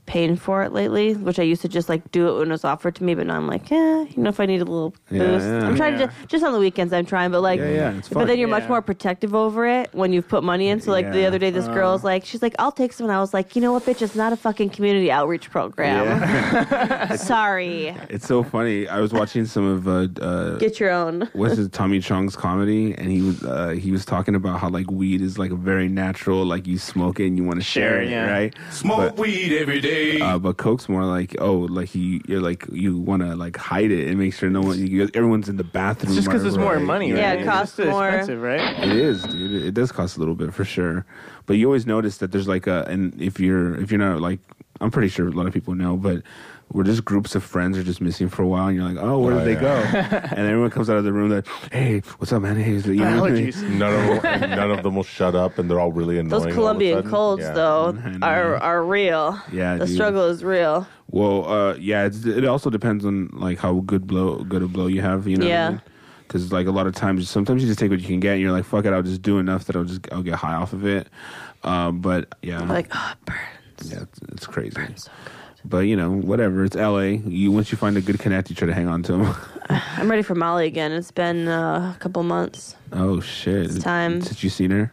[SPEAKER 6] paying for it lately which i used to just like do it when it was offered to me but now i'm like eh, you know if i need a little
[SPEAKER 5] Yeah,
[SPEAKER 6] boost
[SPEAKER 5] yeah.
[SPEAKER 6] i'm trying
[SPEAKER 8] Yeah.
[SPEAKER 6] to just on the weekends i'm trying but like
[SPEAKER 5] Yeah, yeah, it's
[SPEAKER 6] but
[SPEAKER 5] fun.
[SPEAKER 6] then you're much
[SPEAKER 8] Yeah.
[SPEAKER 6] more protective over it when you've put money in so like the
[SPEAKER 5] Yeah. uh.
[SPEAKER 6] other day this girl's like she's like i'll take some and i was like you know what bitch it's not a fucking community outreach program sorry
[SPEAKER 5] it's so funny. I was watching some of uh, uh,
[SPEAKER 6] get your own
[SPEAKER 5] what's his Tommy Chong's comedy, and he was uh, he was talking about how like weed is like a very natural, like you smoke it and you want to share
[SPEAKER 8] Sure,
[SPEAKER 5] it,
[SPEAKER 8] yeah.
[SPEAKER 5] right?
[SPEAKER 10] Smoke weed every day.
[SPEAKER 5] Uh, but Coke's more like, oh, like he, you're like you want to like hide it and make sure no one, you, everyone's in the bathroom.
[SPEAKER 8] It's just because
[SPEAKER 5] or-
[SPEAKER 8] there's more
[SPEAKER 5] right?
[SPEAKER 8] money, right?
[SPEAKER 6] Yeah, it
[SPEAKER 8] It's
[SPEAKER 6] costs
[SPEAKER 8] just
[SPEAKER 6] more.
[SPEAKER 8] expensive, right?
[SPEAKER 5] It is, dude. It does cost a little bit for sure, but you always notice that there's like a, and if you're if you're not like, I'm pretty sure a lot of people know, but we're just groups of friends are just missing for a while, and you're like, oh, where
[SPEAKER 7] Oh,
[SPEAKER 5] did they
[SPEAKER 7] yeah.
[SPEAKER 5] go? and everyone comes out of the room like, hey, what's up, man? Hey, is it- you know,
[SPEAKER 8] Allergies.
[SPEAKER 7] None of them, none of them will shut up, and they're all really annoying.
[SPEAKER 6] those
[SPEAKER 7] all of a
[SPEAKER 6] colombian
[SPEAKER 7] sudden.
[SPEAKER 6] colds
[SPEAKER 7] Yeah.
[SPEAKER 6] though
[SPEAKER 5] I know.
[SPEAKER 6] are are real
[SPEAKER 5] Yeah,
[SPEAKER 6] the
[SPEAKER 5] dude.
[SPEAKER 6] struggle is real
[SPEAKER 5] Well, uh, yeah, it's, it also depends on like how good blow, good a blow you have. You know,
[SPEAKER 6] Yeah.
[SPEAKER 5] Because like a lot of times, sometimes you just take what you can get, and you're like, "Fuck it, I'll just do enough that I'll just I'll get high off of it." Um, but yeah,
[SPEAKER 6] like oh, it burns
[SPEAKER 5] yeah, it's, it's crazy.
[SPEAKER 6] so
[SPEAKER 5] But you know, whatever. It's L.A. You once you find a good connect, you try to hang on to him.
[SPEAKER 6] I'm ready for Molly again. It's been uh, a couple months.
[SPEAKER 5] oh shit!
[SPEAKER 6] It's time.
[SPEAKER 5] Since you seen her,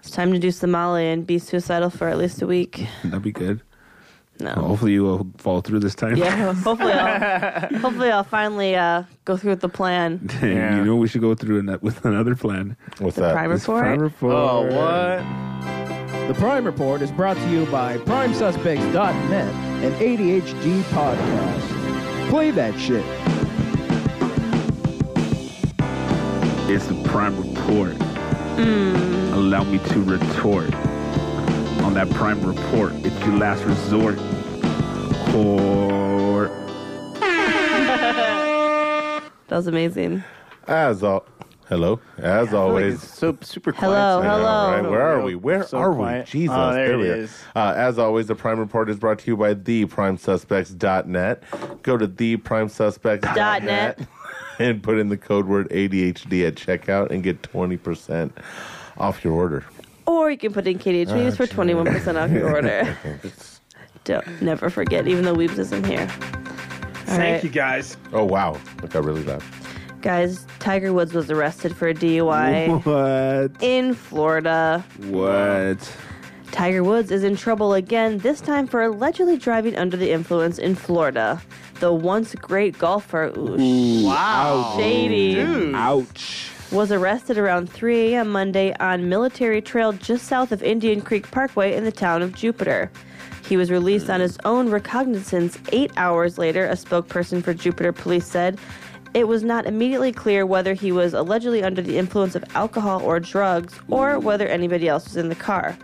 [SPEAKER 6] It's time to do some Molly and be suicidal for at least a week.
[SPEAKER 5] that'd be good. Well,
[SPEAKER 6] No.
[SPEAKER 7] Oh.
[SPEAKER 5] hopefully, you will follow through this time.
[SPEAKER 6] Oh. Yeah. Hopefully, I'll, hopefully I'll finally uh, go through with the plan.
[SPEAKER 5] you
[SPEAKER 8] Yeah.
[SPEAKER 5] know, we should go through an, with another plan.
[SPEAKER 7] What's
[SPEAKER 6] The
[SPEAKER 7] that?
[SPEAKER 6] prime report.
[SPEAKER 5] Prime report.
[SPEAKER 9] Oh, what? The Prime Report is brought to you by PrimeSuspects.net and ADHD Podcast. Play that shit.
[SPEAKER 5] It's the prime report.
[SPEAKER 6] Mm.
[SPEAKER 5] Allow me to retort. On that prime report, it's your last resort. Or
[SPEAKER 6] That was amazing.
[SPEAKER 7] As all, hello. As
[SPEAKER 8] I feel like
[SPEAKER 7] always,
[SPEAKER 8] it's so super quiet.
[SPEAKER 6] Hello,
[SPEAKER 7] I know,
[SPEAKER 6] hello.
[SPEAKER 7] right? Where are
[SPEAKER 8] Real-
[SPEAKER 7] we? Where
[SPEAKER 8] so
[SPEAKER 7] are
[SPEAKER 8] quiet.
[SPEAKER 7] we? Jesus.
[SPEAKER 8] Oh, there it
[SPEAKER 7] we are.
[SPEAKER 8] is.
[SPEAKER 7] Uh, as always, the Prime Report is brought to you by theprimesuspects.net. Go to
[SPEAKER 6] Dot
[SPEAKER 7] theprimesuspects.net
[SPEAKER 6] net.
[SPEAKER 7] and put in the code word ADHD at checkout and get 20% off your order.
[SPEAKER 6] Or you can put in
[SPEAKER 7] Ah,
[SPEAKER 6] Katie Tweets for 21% off your order. Don't never forget, even though Weebs isn't here. All right.
[SPEAKER 8] guys.
[SPEAKER 7] Oh, wow. That got really loud.
[SPEAKER 6] Guys, Tiger Woods was arrested for a DUI
[SPEAKER 5] what?
[SPEAKER 6] in Florida.
[SPEAKER 5] What?
[SPEAKER 6] Tiger Woods is in trouble again, this time for allegedly driving under the influence in Florida. The once great golfer, ooh, sh-
[SPEAKER 8] Wow.
[SPEAKER 6] shady,
[SPEAKER 8] Dude.
[SPEAKER 5] Ouch.
[SPEAKER 6] was arrested around 3 a.m. Monday on Military Trail just south of Indian Creek Parkway in the town of Jupiter. He was released on his own recognizance eight hours later, a spokesperson for Jupiter Police said. It was not immediately clear whether he was allegedly under the influence of alcohol or drugs or whether anybody else was in the car.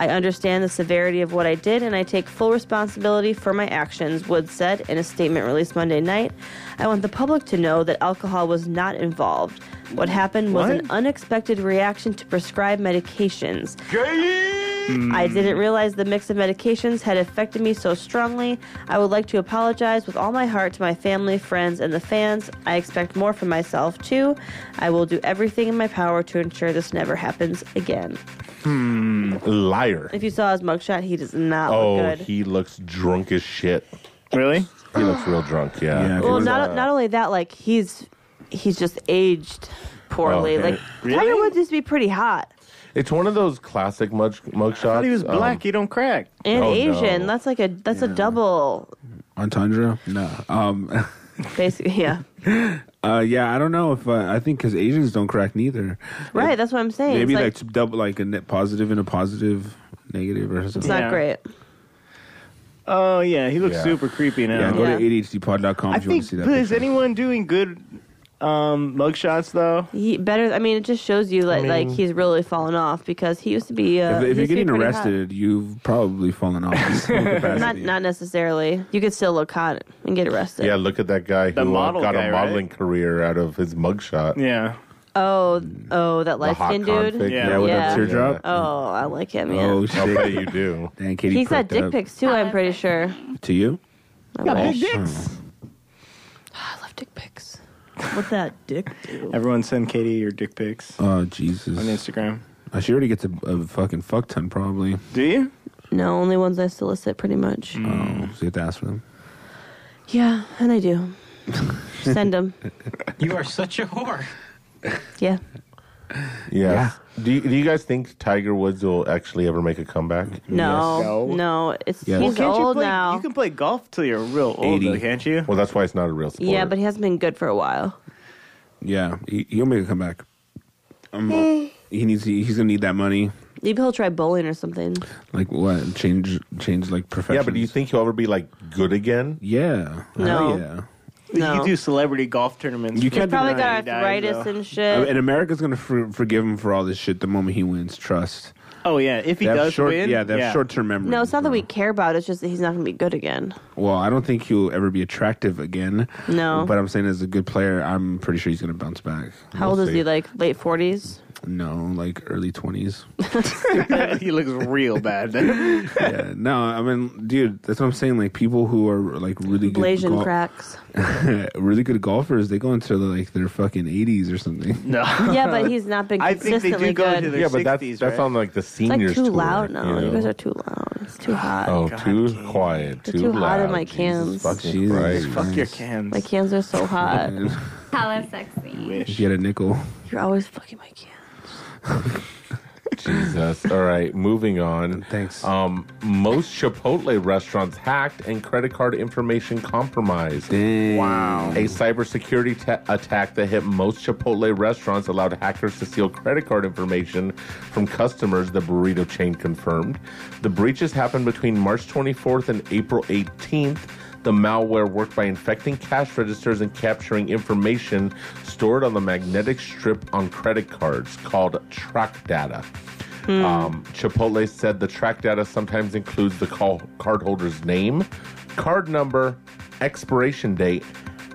[SPEAKER 6] I understand the severity of what I did and I take full responsibility for my actions, Woods said in a statement released Monday night. I want the public to know that alcohol was not involved. What happened was an
[SPEAKER 8] What?
[SPEAKER 6] unexpected reaction to prescribed medications. I didn't realize the mix of medications had affected me so strongly. I would like to apologize with all my heart to my family, friends, and the fans. I expect more from myself, too. I will do everything in my power to ensure this never happens again.
[SPEAKER 7] Liar.
[SPEAKER 6] If you saw his mugshot, he does not
[SPEAKER 7] Oh,
[SPEAKER 6] look good.
[SPEAKER 7] he looks drunk as shit.
[SPEAKER 8] Really?
[SPEAKER 7] He looks real drunk. Yeah.
[SPEAKER 5] Yeah,
[SPEAKER 7] It
[SPEAKER 6] well,
[SPEAKER 7] was,
[SPEAKER 6] not
[SPEAKER 7] uh,
[SPEAKER 6] not only that, like he's he's just aged poorly.
[SPEAKER 7] Okay.
[SPEAKER 6] Like Tiger Woods used to be pretty hot
[SPEAKER 7] It's one of those classic mug mug shots.
[SPEAKER 8] Thought he was
[SPEAKER 7] um,
[SPEAKER 8] black. he don't crack.
[SPEAKER 6] and
[SPEAKER 7] Oh,
[SPEAKER 6] Asian.
[SPEAKER 7] no.
[SPEAKER 6] That's like a that's a double,
[SPEAKER 5] On Tundra? No. Um,
[SPEAKER 6] basically. Yeah,
[SPEAKER 5] uh, yeah, I don't know if uh, I think because Asians don't crack neither.
[SPEAKER 6] right. That's what I'm saying.
[SPEAKER 5] Maybe
[SPEAKER 6] it's
[SPEAKER 5] like,
[SPEAKER 6] like,
[SPEAKER 5] t- double, like a net positive and a positive negative or something.
[SPEAKER 6] it's not
[SPEAKER 8] Yeah.
[SPEAKER 6] great.
[SPEAKER 8] Oh yeah, he looks
[SPEAKER 7] Yeah.
[SPEAKER 8] super creepy now.
[SPEAKER 5] yeah, go
[SPEAKER 6] Yeah.
[SPEAKER 5] to adhdpod.com
[SPEAKER 8] I
[SPEAKER 5] if you want
[SPEAKER 8] think.
[SPEAKER 5] to see that.
[SPEAKER 8] but is
[SPEAKER 5] picture.
[SPEAKER 8] anyone doing good um, mugshots though?
[SPEAKER 6] He better. I mean, it just shows you like like he's really fallen off because he used to be.
[SPEAKER 5] if,
[SPEAKER 6] Uh, he
[SPEAKER 5] if you're
[SPEAKER 6] used to be
[SPEAKER 5] getting
[SPEAKER 6] pretty hot.
[SPEAKER 5] arrested, you've probably fallen off. in some capacity.
[SPEAKER 6] not not necessarily. You could still look hot and get arrested.
[SPEAKER 7] Yeah, look at that guy
[SPEAKER 8] The
[SPEAKER 7] who uh,
[SPEAKER 8] model
[SPEAKER 7] got
[SPEAKER 8] guy,
[SPEAKER 7] a
[SPEAKER 8] right?
[SPEAKER 7] modeling career out of his mugshot.
[SPEAKER 8] Yeah.
[SPEAKER 6] Oh oh, that
[SPEAKER 7] The
[SPEAKER 6] light
[SPEAKER 7] hot
[SPEAKER 6] skinned dude.
[SPEAKER 7] config.
[SPEAKER 8] Yeah.
[SPEAKER 5] yeah, with
[SPEAKER 6] Yeah.
[SPEAKER 5] that teardrop.
[SPEAKER 6] Oh, I like him. Yeah.
[SPEAKER 5] Oh
[SPEAKER 7] I'll bet
[SPEAKER 5] shit!
[SPEAKER 7] you do.
[SPEAKER 5] Dang, Katie
[SPEAKER 6] He's got
[SPEAKER 5] perked
[SPEAKER 6] dick
[SPEAKER 5] up.
[SPEAKER 6] pics too. I'm pretty sure.
[SPEAKER 5] to you.
[SPEAKER 6] I love dick pics. What's that dick do?
[SPEAKER 8] Everyone send Katie your dick pics
[SPEAKER 5] Oh
[SPEAKER 8] on
[SPEAKER 5] Jesus!
[SPEAKER 8] Instagram.
[SPEAKER 5] Uh, she already gets a, a fucking fuck ton probably.
[SPEAKER 8] Do you?
[SPEAKER 6] No, only ones I solicit, pretty much.
[SPEAKER 8] Mm.
[SPEAKER 5] Oh,
[SPEAKER 6] Mm.
[SPEAKER 5] so you have to ask for them.
[SPEAKER 6] Yeah, and I do. Send them.
[SPEAKER 2] You are such a whore.
[SPEAKER 6] Yeah.
[SPEAKER 7] Yes. Do you, do you guys think Tiger Woods will actually ever make a comeback?
[SPEAKER 6] No.
[SPEAKER 8] Yes.
[SPEAKER 6] No. It's
[SPEAKER 5] Yes.
[SPEAKER 6] he's
[SPEAKER 8] Can't you
[SPEAKER 6] old
[SPEAKER 8] play,
[SPEAKER 6] now.
[SPEAKER 8] You can play golf till you're real old,
[SPEAKER 5] 80.
[SPEAKER 8] though, can't you?
[SPEAKER 7] Well, that's why it's not a real sport.
[SPEAKER 6] yeah, but he hasn't been good for a while.
[SPEAKER 5] Yeah, he, he'll make a comeback. Um,
[SPEAKER 6] Eh.
[SPEAKER 5] he needs. He, he's gonna need that money.
[SPEAKER 6] Maybe he'll try bowling or something.
[SPEAKER 5] Like what? Change. Change like perfection.
[SPEAKER 7] yeah, but do you think he'll ever be like good again?
[SPEAKER 5] Yeah.
[SPEAKER 6] No.
[SPEAKER 5] Hell yeah.
[SPEAKER 6] No.
[SPEAKER 8] You could do celebrity golf tournaments.
[SPEAKER 5] You
[SPEAKER 8] for-
[SPEAKER 5] can't
[SPEAKER 6] He's
[SPEAKER 5] do
[SPEAKER 6] probably
[SPEAKER 5] that.
[SPEAKER 6] got
[SPEAKER 8] He died,
[SPEAKER 6] arthritis
[SPEAKER 8] though.
[SPEAKER 6] and
[SPEAKER 5] I
[SPEAKER 6] shit.
[SPEAKER 5] mean, and America's gonna for, forgive him for all this shit the moment he wins. Trust.
[SPEAKER 8] Oh yeah, if he
[SPEAKER 5] They have
[SPEAKER 8] does
[SPEAKER 5] short,
[SPEAKER 8] win.
[SPEAKER 5] Yeah, they have short-term memory.
[SPEAKER 6] no, it's not that
[SPEAKER 5] bro.
[SPEAKER 6] we care about. it, It's just that he's not going to be good again.
[SPEAKER 5] Well, I don't think he'll ever be attractive again.
[SPEAKER 6] No.
[SPEAKER 5] But I'm saying as a good player, I'm pretty sure he's gonna bounce back.
[SPEAKER 6] How old is he? Like late forties.
[SPEAKER 5] No, like early twenties.
[SPEAKER 8] he looks real bad. yeah,
[SPEAKER 5] yeah. No, I mean, dude, that's what I'm saying. Like people who are like really good
[SPEAKER 6] Blasian
[SPEAKER 5] gol-
[SPEAKER 6] cracks.
[SPEAKER 5] really good golfers, they go into like their fucking 80s or something.
[SPEAKER 6] yeah, but he's not been
[SPEAKER 8] I think they
[SPEAKER 6] consistently
[SPEAKER 8] do go
[SPEAKER 6] good.
[SPEAKER 8] into They're
[SPEAKER 7] yeah, but that's
[SPEAKER 8] 60s,
[SPEAKER 7] that's
[SPEAKER 8] right?
[SPEAKER 7] on like the
[SPEAKER 6] It's like
[SPEAKER 7] seniors.
[SPEAKER 6] too
[SPEAKER 7] tour,
[SPEAKER 6] loud now.
[SPEAKER 7] know?
[SPEAKER 6] You guys are too loud. It's too hot.
[SPEAKER 7] Oh, too
[SPEAKER 8] Katie.
[SPEAKER 7] quiet,
[SPEAKER 6] They're
[SPEAKER 7] too,
[SPEAKER 6] too
[SPEAKER 7] loud.
[SPEAKER 6] hot in my cans.
[SPEAKER 7] Jesus fucking
[SPEAKER 5] Jesus
[SPEAKER 7] Christ.
[SPEAKER 5] Christ.
[SPEAKER 8] Fuck your cans.
[SPEAKER 6] My cans are so hot.
[SPEAKER 5] And
[SPEAKER 4] Hella sexy.
[SPEAKER 5] if you had a nickel.
[SPEAKER 6] You're always fucking my cans.
[SPEAKER 7] Jesus. All right, moving on.
[SPEAKER 5] Thanks.
[SPEAKER 7] Um, most Chipotle restaurants hacked and credit card information compromised.
[SPEAKER 5] Wow.
[SPEAKER 7] A cybersecurity ta- attack that hit most Chipotle restaurants allowed hackers to steal credit card information from customers, the burrito chain confirmed. The breaches happened between March 24th and April 18th. The malware worked by infecting cash registers and capturing information stored on the magnetic strip on credit cards called track data. Um, Chipotle said the track data sometimes includes the call cardholder's name, card number, expiration date,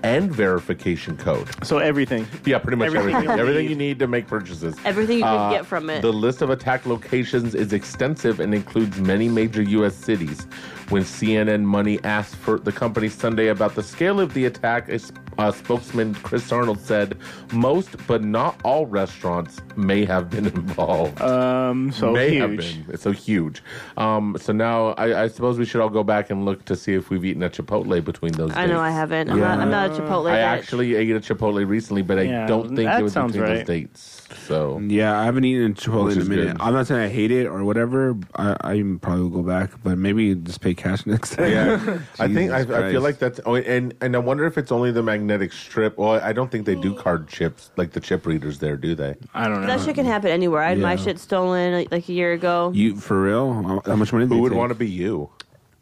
[SPEAKER 7] and verification code.
[SPEAKER 8] So everything.
[SPEAKER 7] Yeah, pretty much
[SPEAKER 8] Everything
[SPEAKER 7] everything. Everything,
[SPEAKER 8] you
[SPEAKER 7] you need to make purchases.
[SPEAKER 6] Everything you can get from it.
[SPEAKER 7] Uh, The list of attack locations is extensive and includes many major U.S. cities. When CNN Money asked for the company Sunday about the scale of the attack, a s- uh, spokesman Chris Arnold said, "Most, but not all, restaurants may have been involved."
[SPEAKER 6] Oh,
[SPEAKER 8] Um, so
[SPEAKER 7] may have
[SPEAKER 8] huge.
[SPEAKER 7] been. It's so huge. Um, so now I, I suppose we should all go back and look to see if we've eaten at Chipotle between those.
[SPEAKER 6] I know
[SPEAKER 7] dates.
[SPEAKER 6] I haven't. I'm not. I'm not a Chipotle.
[SPEAKER 7] I
[SPEAKER 6] bitch.
[SPEAKER 7] actually ate at Chipotle recently, but I
[SPEAKER 8] Yeah,
[SPEAKER 7] don't think
[SPEAKER 8] that
[SPEAKER 7] it was
[SPEAKER 8] sounds
[SPEAKER 7] between
[SPEAKER 8] right.
[SPEAKER 7] those dates. So
[SPEAKER 5] Yeah, I haven't eaten Chipotle
[SPEAKER 7] Which
[SPEAKER 5] in a
[SPEAKER 7] is
[SPEAKER 5] minute.
[SPEAKER 7] good.
[SPEAKER 5] I'm not saying I hate it or whatever. I, I probably will go back, but maybe just pay cash next time.
[SPEAKER 7] yeah, I think I, I
[SPEAKER 5] Jesus
[SPEAKER 7] feel
[SPEAKER 5] Christ.
[SPEAKER 7] like that's. Oh, and and I wonder if it's only the magnetic strip. Well, I don't think they do card chips like the chip readers there, do they?
[SPEAKER 8] I don't know.
[SPEAKER 6] That shit can happen anywhere. I had my
[SPEAKER 5] Yeah.
[SPEAKER 6] shit stolen like, like a year ago.
[SPEAKER 5] You for real? How- How much money?
[SPEAKER 7] Who would want to be you?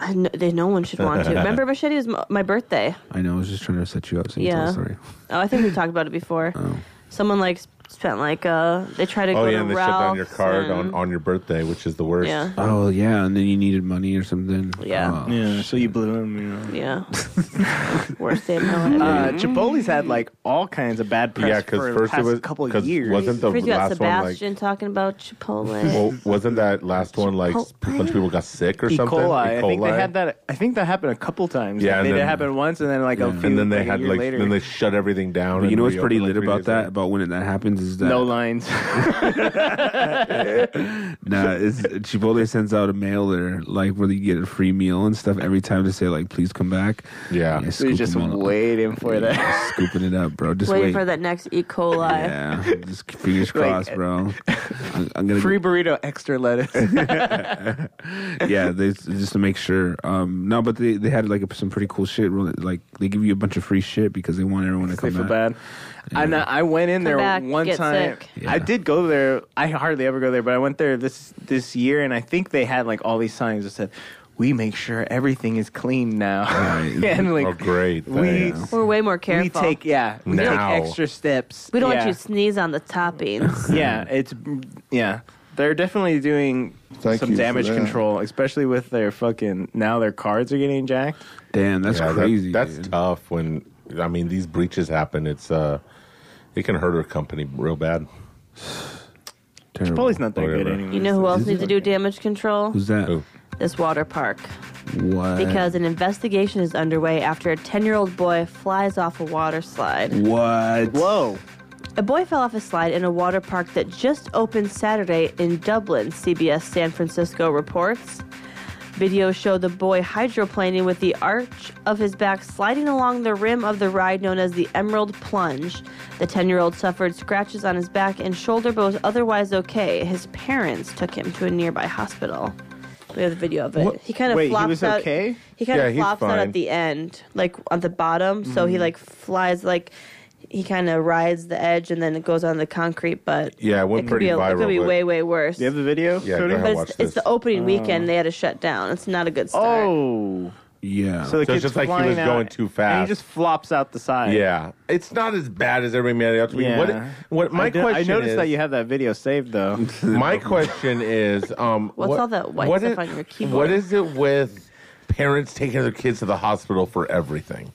[SPEAKER 6] I kn- they, no one should want to. Remember, Machete was m- my birthday.
[SPEAKER 5] I know. I was just trying to set you up. So you tell
[SPEAKER 6] Yeah.
[SPEAKER 5] the story.
[SPEAKER 6] Oh, I think we talked about it before. Someone like spent like uh, they tried to
[SPEAKER 7] Oh
[SPEAKER 6] go
[SPEAKER 7] yeah,
[SPEAKER 6] to
[SPEAKER 7] and they shut
[SPEAKER 6] Ralph's
[SPEAKER 7] down your card on,
[SPEAKER 6] and-
[SPEAKER 7] on your birthday, which is the worst.
[SPEAKER 6] yeah,
[SPEAKER 5] Oh yeah, and then you needed money or something.
[SPEAKER 6] Yeah.
[SPEAKER 5] Oh.
[SPEAKER 8] Yeah, so you blew him. You know.
[SPEAKER 6] yeah. Mm-hmm. Worst day of my life.
[SPEAKER 8] Uh, Chipotle's had like all kinds of bad press
[SPEAKER 7] Yeah,
[SPEAKER 8] for
[SPEAKER 7] because
[SPEAKER 8] the
[SPEAKER 7] first
[SPEAKER 8] past
[SPEAKER 7] it was
[SPEAKER 8] couple of
[SPEAKER 7] 'cause
[SPEAKER 8] years.
[SPEAKER 7] Wasn't the
[SPEAKER 6] First you got
[SPEAKER 7] last one like?
[SPEAKER 6] Sebastian talking about Chipotle.
[SPEAKER 7] Well, wasn't that last one like a bunch of people got sick or
[SPEAKER 8] E.
[SPEAKER 7] something?
[SPEAKER 8] coli.
[SPEAKER 7] E.
[SPEAKER 8] I think they
[SPEAKER 7] coli?
[SPEAKER 8] had that. I think that happened a couple times.
[SPEAKER 7] Yeah,
[SPEAKER 8] Yeah,
[SPEAKER 7] and
[SPEAKER 8] it
[SPEAKER 7] then-
[SPEAKER 8] happened once, and then like a few,
[SPEAKER 7] and then they
[SPEAKER 8] like, a
[SPEAKER 7] had
[SPEAKER 8] year
[SPEAKER 7] like
[SPEAKER 8] later.
[SPEAKER 7] then they shut everything down.
[SPEAKER 5] But you
[SPEAKER 7] and
[SPEAKER 5] know what's pretty
[SPEAKER 7] reopened,
[SPEAKER 5] lit
[SPEAKER 7] like,
[SPEAKER 5] about
[SPEAKER 7] three days
[SPEAKER 5] that?
[SPEAKER 7] later.
[SPEAKER 5] About when that happens is that
[SPEAKER 8] no lines.
[SPEAKER 5] Nah, it's, Chipotle sends out a mailer like where you get a free meal and stuff every time to say like, please come back.
[SPEAKER 7] Yeah.
[SPEAKER 5] And
[SPEAKER 8] so you're
[SPEAKER 5] scoop
[SPEAKER 8] just
[SPEAKER 5] them all up.
[SPEAKER 8] waiting for that.
[SPEAKER 5] Yeah, scooping it up, bro. Just
[SPEAKER 6] Waiting
[SPEAKER 5] wait.
[SPEAKER 6] for that next E. coli.
[SPEAKER 5] Yeah, just fingers crossed, bro. I'm, I'm gonna
[SPEAKER 8] uh, Free burrito, extra lettuce.
[SPEAKER 5] yeah, they just to make sure. Um, no, but they, they had like some pretty cool shit. really, Like they give you a bunch of free shit because they want everyone to
[SPEAKER 8] they
[SPEAKER 5] come
[SPEAKER 8] feel
[SPEAKER 5] back.
[SPEAKER 8] bad. I know- I went in there
[SPEAKER 6] back,
[SPEAKER 8] one
[SPEAKER 6] get
[SPEAKER 8] time.
[SPEAKER 6] sick.
[SPEAKER 5] Yeah.
[SPEAKER 8] I did go there. I hardly ever go there, but I went there this this year, and I think they had like all these signs that said, "We make sure everything is clean now."
[SPEAKER 5] Right.
[SPEAKER 8] and like
[SPEAKER 7] Oh great!
[SPEAKER 8] we
[SPEAKER 7] thanks.
[SPEAKER 6] We're way more
[SPEAKER 8] we
[SPEAKER 6] careful.
[SPEAKER 8] take yeah we
[SPEAKER 7] Now.
[SPEAKER 8] take extra steps.
[SPEAKER 6] We don't
[SPEAKER 8] yeah.
[SPEAKER 6] want you to sneeze on the toppings.
[SPEAKER 8] yeah, it's yeah. They're definitely doing
[SPEAKER 11] Thank
[SPEAKER 8] some
[SPEAKER 11] you for
[SPEAKER 8] damage
[SPEAKER 11] that.
[SPEAKER 8] control, especially with their fucking now their cards are getting jacked.
[SPEAKER 5] Damn, that's
[SPEAKER 7] Yeah, that-
[SPEAKER 5] crazy.
[SPEAKER 7] that's
[SPEAKER 5] dude.
[SPEAKER 7] tough. When I mean these breaches happen, it's uh, it can hurt a company real bad.
[SPEAKER 5] Terrible.
[SPEAKER 8] Chipotle's not that good
[SPEAKER 7] Whatever.
[SPEAKER 8] anyway.
[SPEAKER 6] You know who
[SPEAKER 8] so-
[SPEAKER 6] else needs to do damage control?
[SPEAKER 5] Who's that?
[SPEAKER 7] Who?
[SPEAKER 6] This water park.
[SPEAKER 5] What?
[SPEAKER 6] Because an investigation is underway after a 10 year old boy flies off a water slide.
[SPEAKER 5] What?
[SPEAKER 8] Whoa!
[SPEAKER 6] A boy fell off a slide in a water park that just opened Saturday in Dublin, CBS San Francisco reports. Videos show the boy hydroplaning with the arch of his back sliding along the rim of the ride known as the Emerald Plunge. The 10 year old suffered scratches on his back and shoulder, but was otherwise okay. His parents took him to a nearby hospital. We have the video of it.
[SPEAKER 8] What?
[SPEAKER 6] He kind of
[SPEAKER 8] Wait, he
[SPEAKER 6] flops
[SPEAKER 8] was
[SPEAKER 6] out.
[SPEAKER 8] okay?
[SPEAKER 6] He kind
[SPEAKER 7] Yeah,
[SPEAKER 6] of
[SPEAKER 7] he's
[SPEAKER 6] flops out
[SPEAKER 7] fine.
[SPEAKER 6] at the end, like on the bottom. So
[SPEAKER 8] Mm-hmm.
[SPEAKER 6] he like flies, like he kind of rides the edge and then it goes on the concrete. But
[SPEAKER 7] Yeah, it
[SPEAKER 6] it
[SPEAKER 7] went
[SPEAKER 6] could
[SPEAKER 7] pretty
[SPEAKER 6] be a,
[SPEAKER 7] viral.
[SPEAKER 6] It could be
[SPEAKER 7] but-
[SPEAKER 6] way way worse.
[SPEAKER 8] Do you have the video?
[SPEAKER 7] Yeah,
[SPEAKER 8] Cody?
[SPEAKER 7] go ahead.
[SPEAKER 6] but
[SPEAKER 7] watch
[SPEAKER 6] it's,
[SPEAKER 7] this.
[SPEAKER 6] it's the opening weekend. They had to shut down. It's not a good start.
[SPEAKER 8] Oh,
[SPEAKER 5] Yeah.
[SPEAKER 8] so the
[SPEAKER 7] So
[SPEAKER 8] kid's
[SPEAKER 7] it's just like he
[SPEAKER 8] flying
[SPEAKER 7] was
[SPEAKER 8] out,
[SPEAKER 7] going too
[SPEAKER 8] And
[SPEAKER 7] fast.
[SPEAKER 8] he just flops out the side.
[SPEAKER 7] Yeah, it's not as bad as every man else.
[SPEAKER 8] Yeah.
[SPEAKER 7] What? What? My
[SPEAKER 8] I did-
[SPEAKER 7] question.
[SPEAKER 8] I noticed
[SPEAKER 7] is,
[SPEAKER 8] that you have that video saved though.
[SPEAKER 7] My question is, um,
[SPEAKER 6] What's all that white stuff on your keyboard?
[SPEAKER 7] What is it with parents taking their kids to the hospital for everything?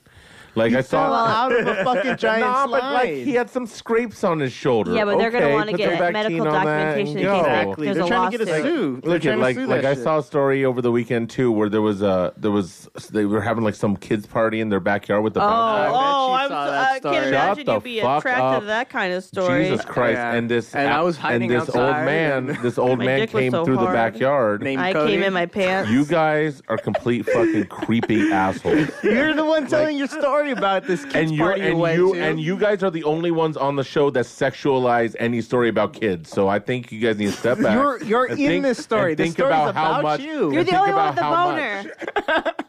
[SPEAKER 7] Like I saw.
[SPEAKER 8] Fell out of a fucking giant
[SPEAKER 7] Nah,
[SPEAKER 8] slide.
[SPEAKER 7] but like he had some scrapes on his shoulder.
[SPEAKER 6] Yeah, but they're gonna
[SPEAKER 7] okay,
[SPEAKER 6] wanna
[SPEAKER 7] put
[SPEAKER 6] get
[SPEAKER 7] the vaccine on
[SPEAKER 6] medical
[SPEAKER 7] that and
[SPEAKER 6] documentation in
[SPEAKER 7] go.
[SPEAKER 6] case that-
[SPEAKER 8] exactly.
[SPEAKER 6] There's
[SPEAKER 8] They're
[SPEAKER 6] a
[SPEAKER 8] trying to get a
[SPEAKER 6] lawsuit.
[SPEAKER 8] sue. They're
[SPEAKER 7] Look
[SPEAKER 8] trying
[SPEAKER 7] at
[SPEAKER 8] to
[SPEAKER 7] like
[SPEAKER 8] sue
[SPEAKER 7] like
[SPEAKER 8] that
[SPEAKER 7] I
[SPEAKER 8] shit.
[SPEAKER 7] saw a story over the weekend too where there was a there was they were having like some kids party in their backyard with the bounce house.
[SPEAKER 6] Oh,
[SPEAKER 8] I
[SPEAKER 6] I'm so,
[SPEAKER 8] bet you saw that
[SPEAKER 6] I
[SPEAKER 8] story.
[SPEAKER 6] can't
[SPEAKER 7] Shut
[SPEAKER 6] imagine
[SPEAKER 7] the
[SPEAKER 6] you be
[SPEAKER 7] fuck
[SPEAKER 6] attracted
[SPEAKER 7] up.
[SPEAKER 6] to that kind of story.
[SPEAKER 7] Jesus Christ!
[SPEAKER 8] Yeah.
[SPEAKER 7] And this
[SPEAKER 8] And I was hiding
[SPEAKER 7] and this
[SPEAKER 8] outside
[SPEAKER 7] old man
[SPEAKER 8] and-
[SPEAKER 7] this old
[SPEAKER 6] My
[SPEAKER 7] man
[SPEAKER 6] dick was
[SPEAKER 7] came
[SPEAKER 6] so
[SPEAKER 7] through
[SPEAKER 6] hard.
[SPEAKER 7] the backyard.
[SPEAKER 8] Named
[SPEAKER 6] I
[SPEAKER 8] Cody.
[SPEAKER 6] came in my pants.
[SPEAKER 7] You guys are complete fucking creepy assholes.
[SPEAKER 8] You're the one telling your story about this kid's
[SPEAKER 7] And you're
[SPEAKER 8] party
[SPEAKER 7] and
[SPEAKER 8] went
[SPEAKER 7] you
[SPEAKER 8] to.
[SPEAKER 7] and you guys are the only ones on the show that sexualize any story about kids. So I think you guys need to step back.
[SPEAKER 8] You're- you're
[SPEAKER 7] and
[SPEAKER 8] in this story.
[SPEAKER 7] and
[SPEAKER 8] This
[SPEAKER 7] Think
[SPEAKER 8] story's
[SPEAKER 7] about how
[SPEAKER 8] about
[SPEAKER 7] much
[SPEAKER 8] you.
[SPEAKER 7] and
[SPEAKER 6] You're the
[SPEAKER 7] think
[SPEAKER 6] only one
[SPEAKER 7] about
[SPEAKER 6] with the
[SPEAKER 7] how
[SPEAKER 6] boner.
[SPEAKER 7] much-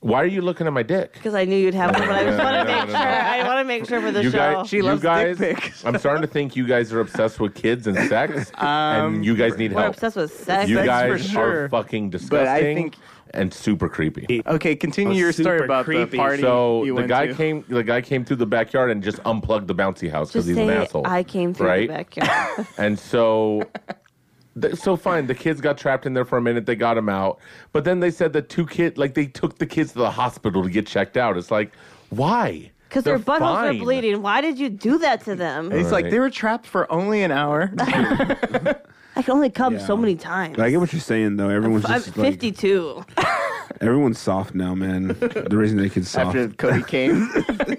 [SPEAKER 7] Why are you looking at my dick?
[SPEAKER 6] Because I knew you'd have one, but I just
[SPEAKER 7] No,
[SPEAKER 6] want to
[SPEAKER 7] no,
[SPEAKER 6] make
[SPEAKER 7] no,
[SPEAKER 6] sure.
[SPEAKER 7] no.
[SPEAKER 6] I want to make sure for the
[SPEAKER 7] you
[SPEAKER 6] show.
[SPEAKER 7] guys,
[SPEAKER 8] She loves
[SPEAKER 7] you guys,
[SPEAKER 8] dick pics.
[SPEAKER 7] I'm starting to think you guys are obsessed with kids and sex, and you guys need
[SPEAKER 6] Um, We're
[SPEAKER 7] help.
[SPEAKER 6] obsessed with sex.
[SPEAKER 7] you
[SPEAKER 8] for
[SPEAKER 7] guys
[SPEAKER 8] sure.
[SPEAKER 7] are fucking disgusting
[SPEAKER 8] I think-
[SPEAKER 7] and super creepy.
[SPEAKER 8] okay, continue
[SPEAKER 9] was
[SPEAKER 8] your story
[SPEAKER 9] super
[SPEAKER 8] about the
[SPEAKER 9] creepy.
[SPEAKER 8] party.
[SPEAKER 7] So
[SPEAKER 8] you
[SPEAKER 7] the
[SPEAKER 8] went
[SPEAKER 7] guy
[SPEAKER 8] to.
[SPEAKER 7] came. The guy came through the backyard and just unplugged the bouncy house because
[SPEAKER 6] Just
[SPEAKER 7] he's an
[SPEAKER 6] say
[SPEAKER 7] asshole.
[SPEAKER 6] I came through
[SPEAKER 7] right?
[SPEAKER 6] the backyard.
[SPEAKER 7] And so, th- so fine. The kids got trapped in there for a minute. They got them out, but then they said the two kid, like they took the kids to the hospital to get checked out. It's like, why?
[SPEAKER 6] Because their buttholes
[SPEAKER 7] fine.
[SPEAKER 6] are bleeding. Why did you do that to them?
[SPEAKER 8] He's like
[SPEAKER 7] Right.
[SPEAKER 8] they were trapped for only an hour.
[SPEAKER 6] I can only come
[SPEAKER 5] Yeah.
[SPEAKER 6] so many times.
[SPEAKER 5] I get what you're saying though. Everyone's
[SPEAKER 6] I'm
[SPEAKER 5] just like,
[SPEAKER 6] 52.
[SPEAKER 5] everyone's soft now, man. the reason they could soft.
[SPEAKER 8] After Cody came,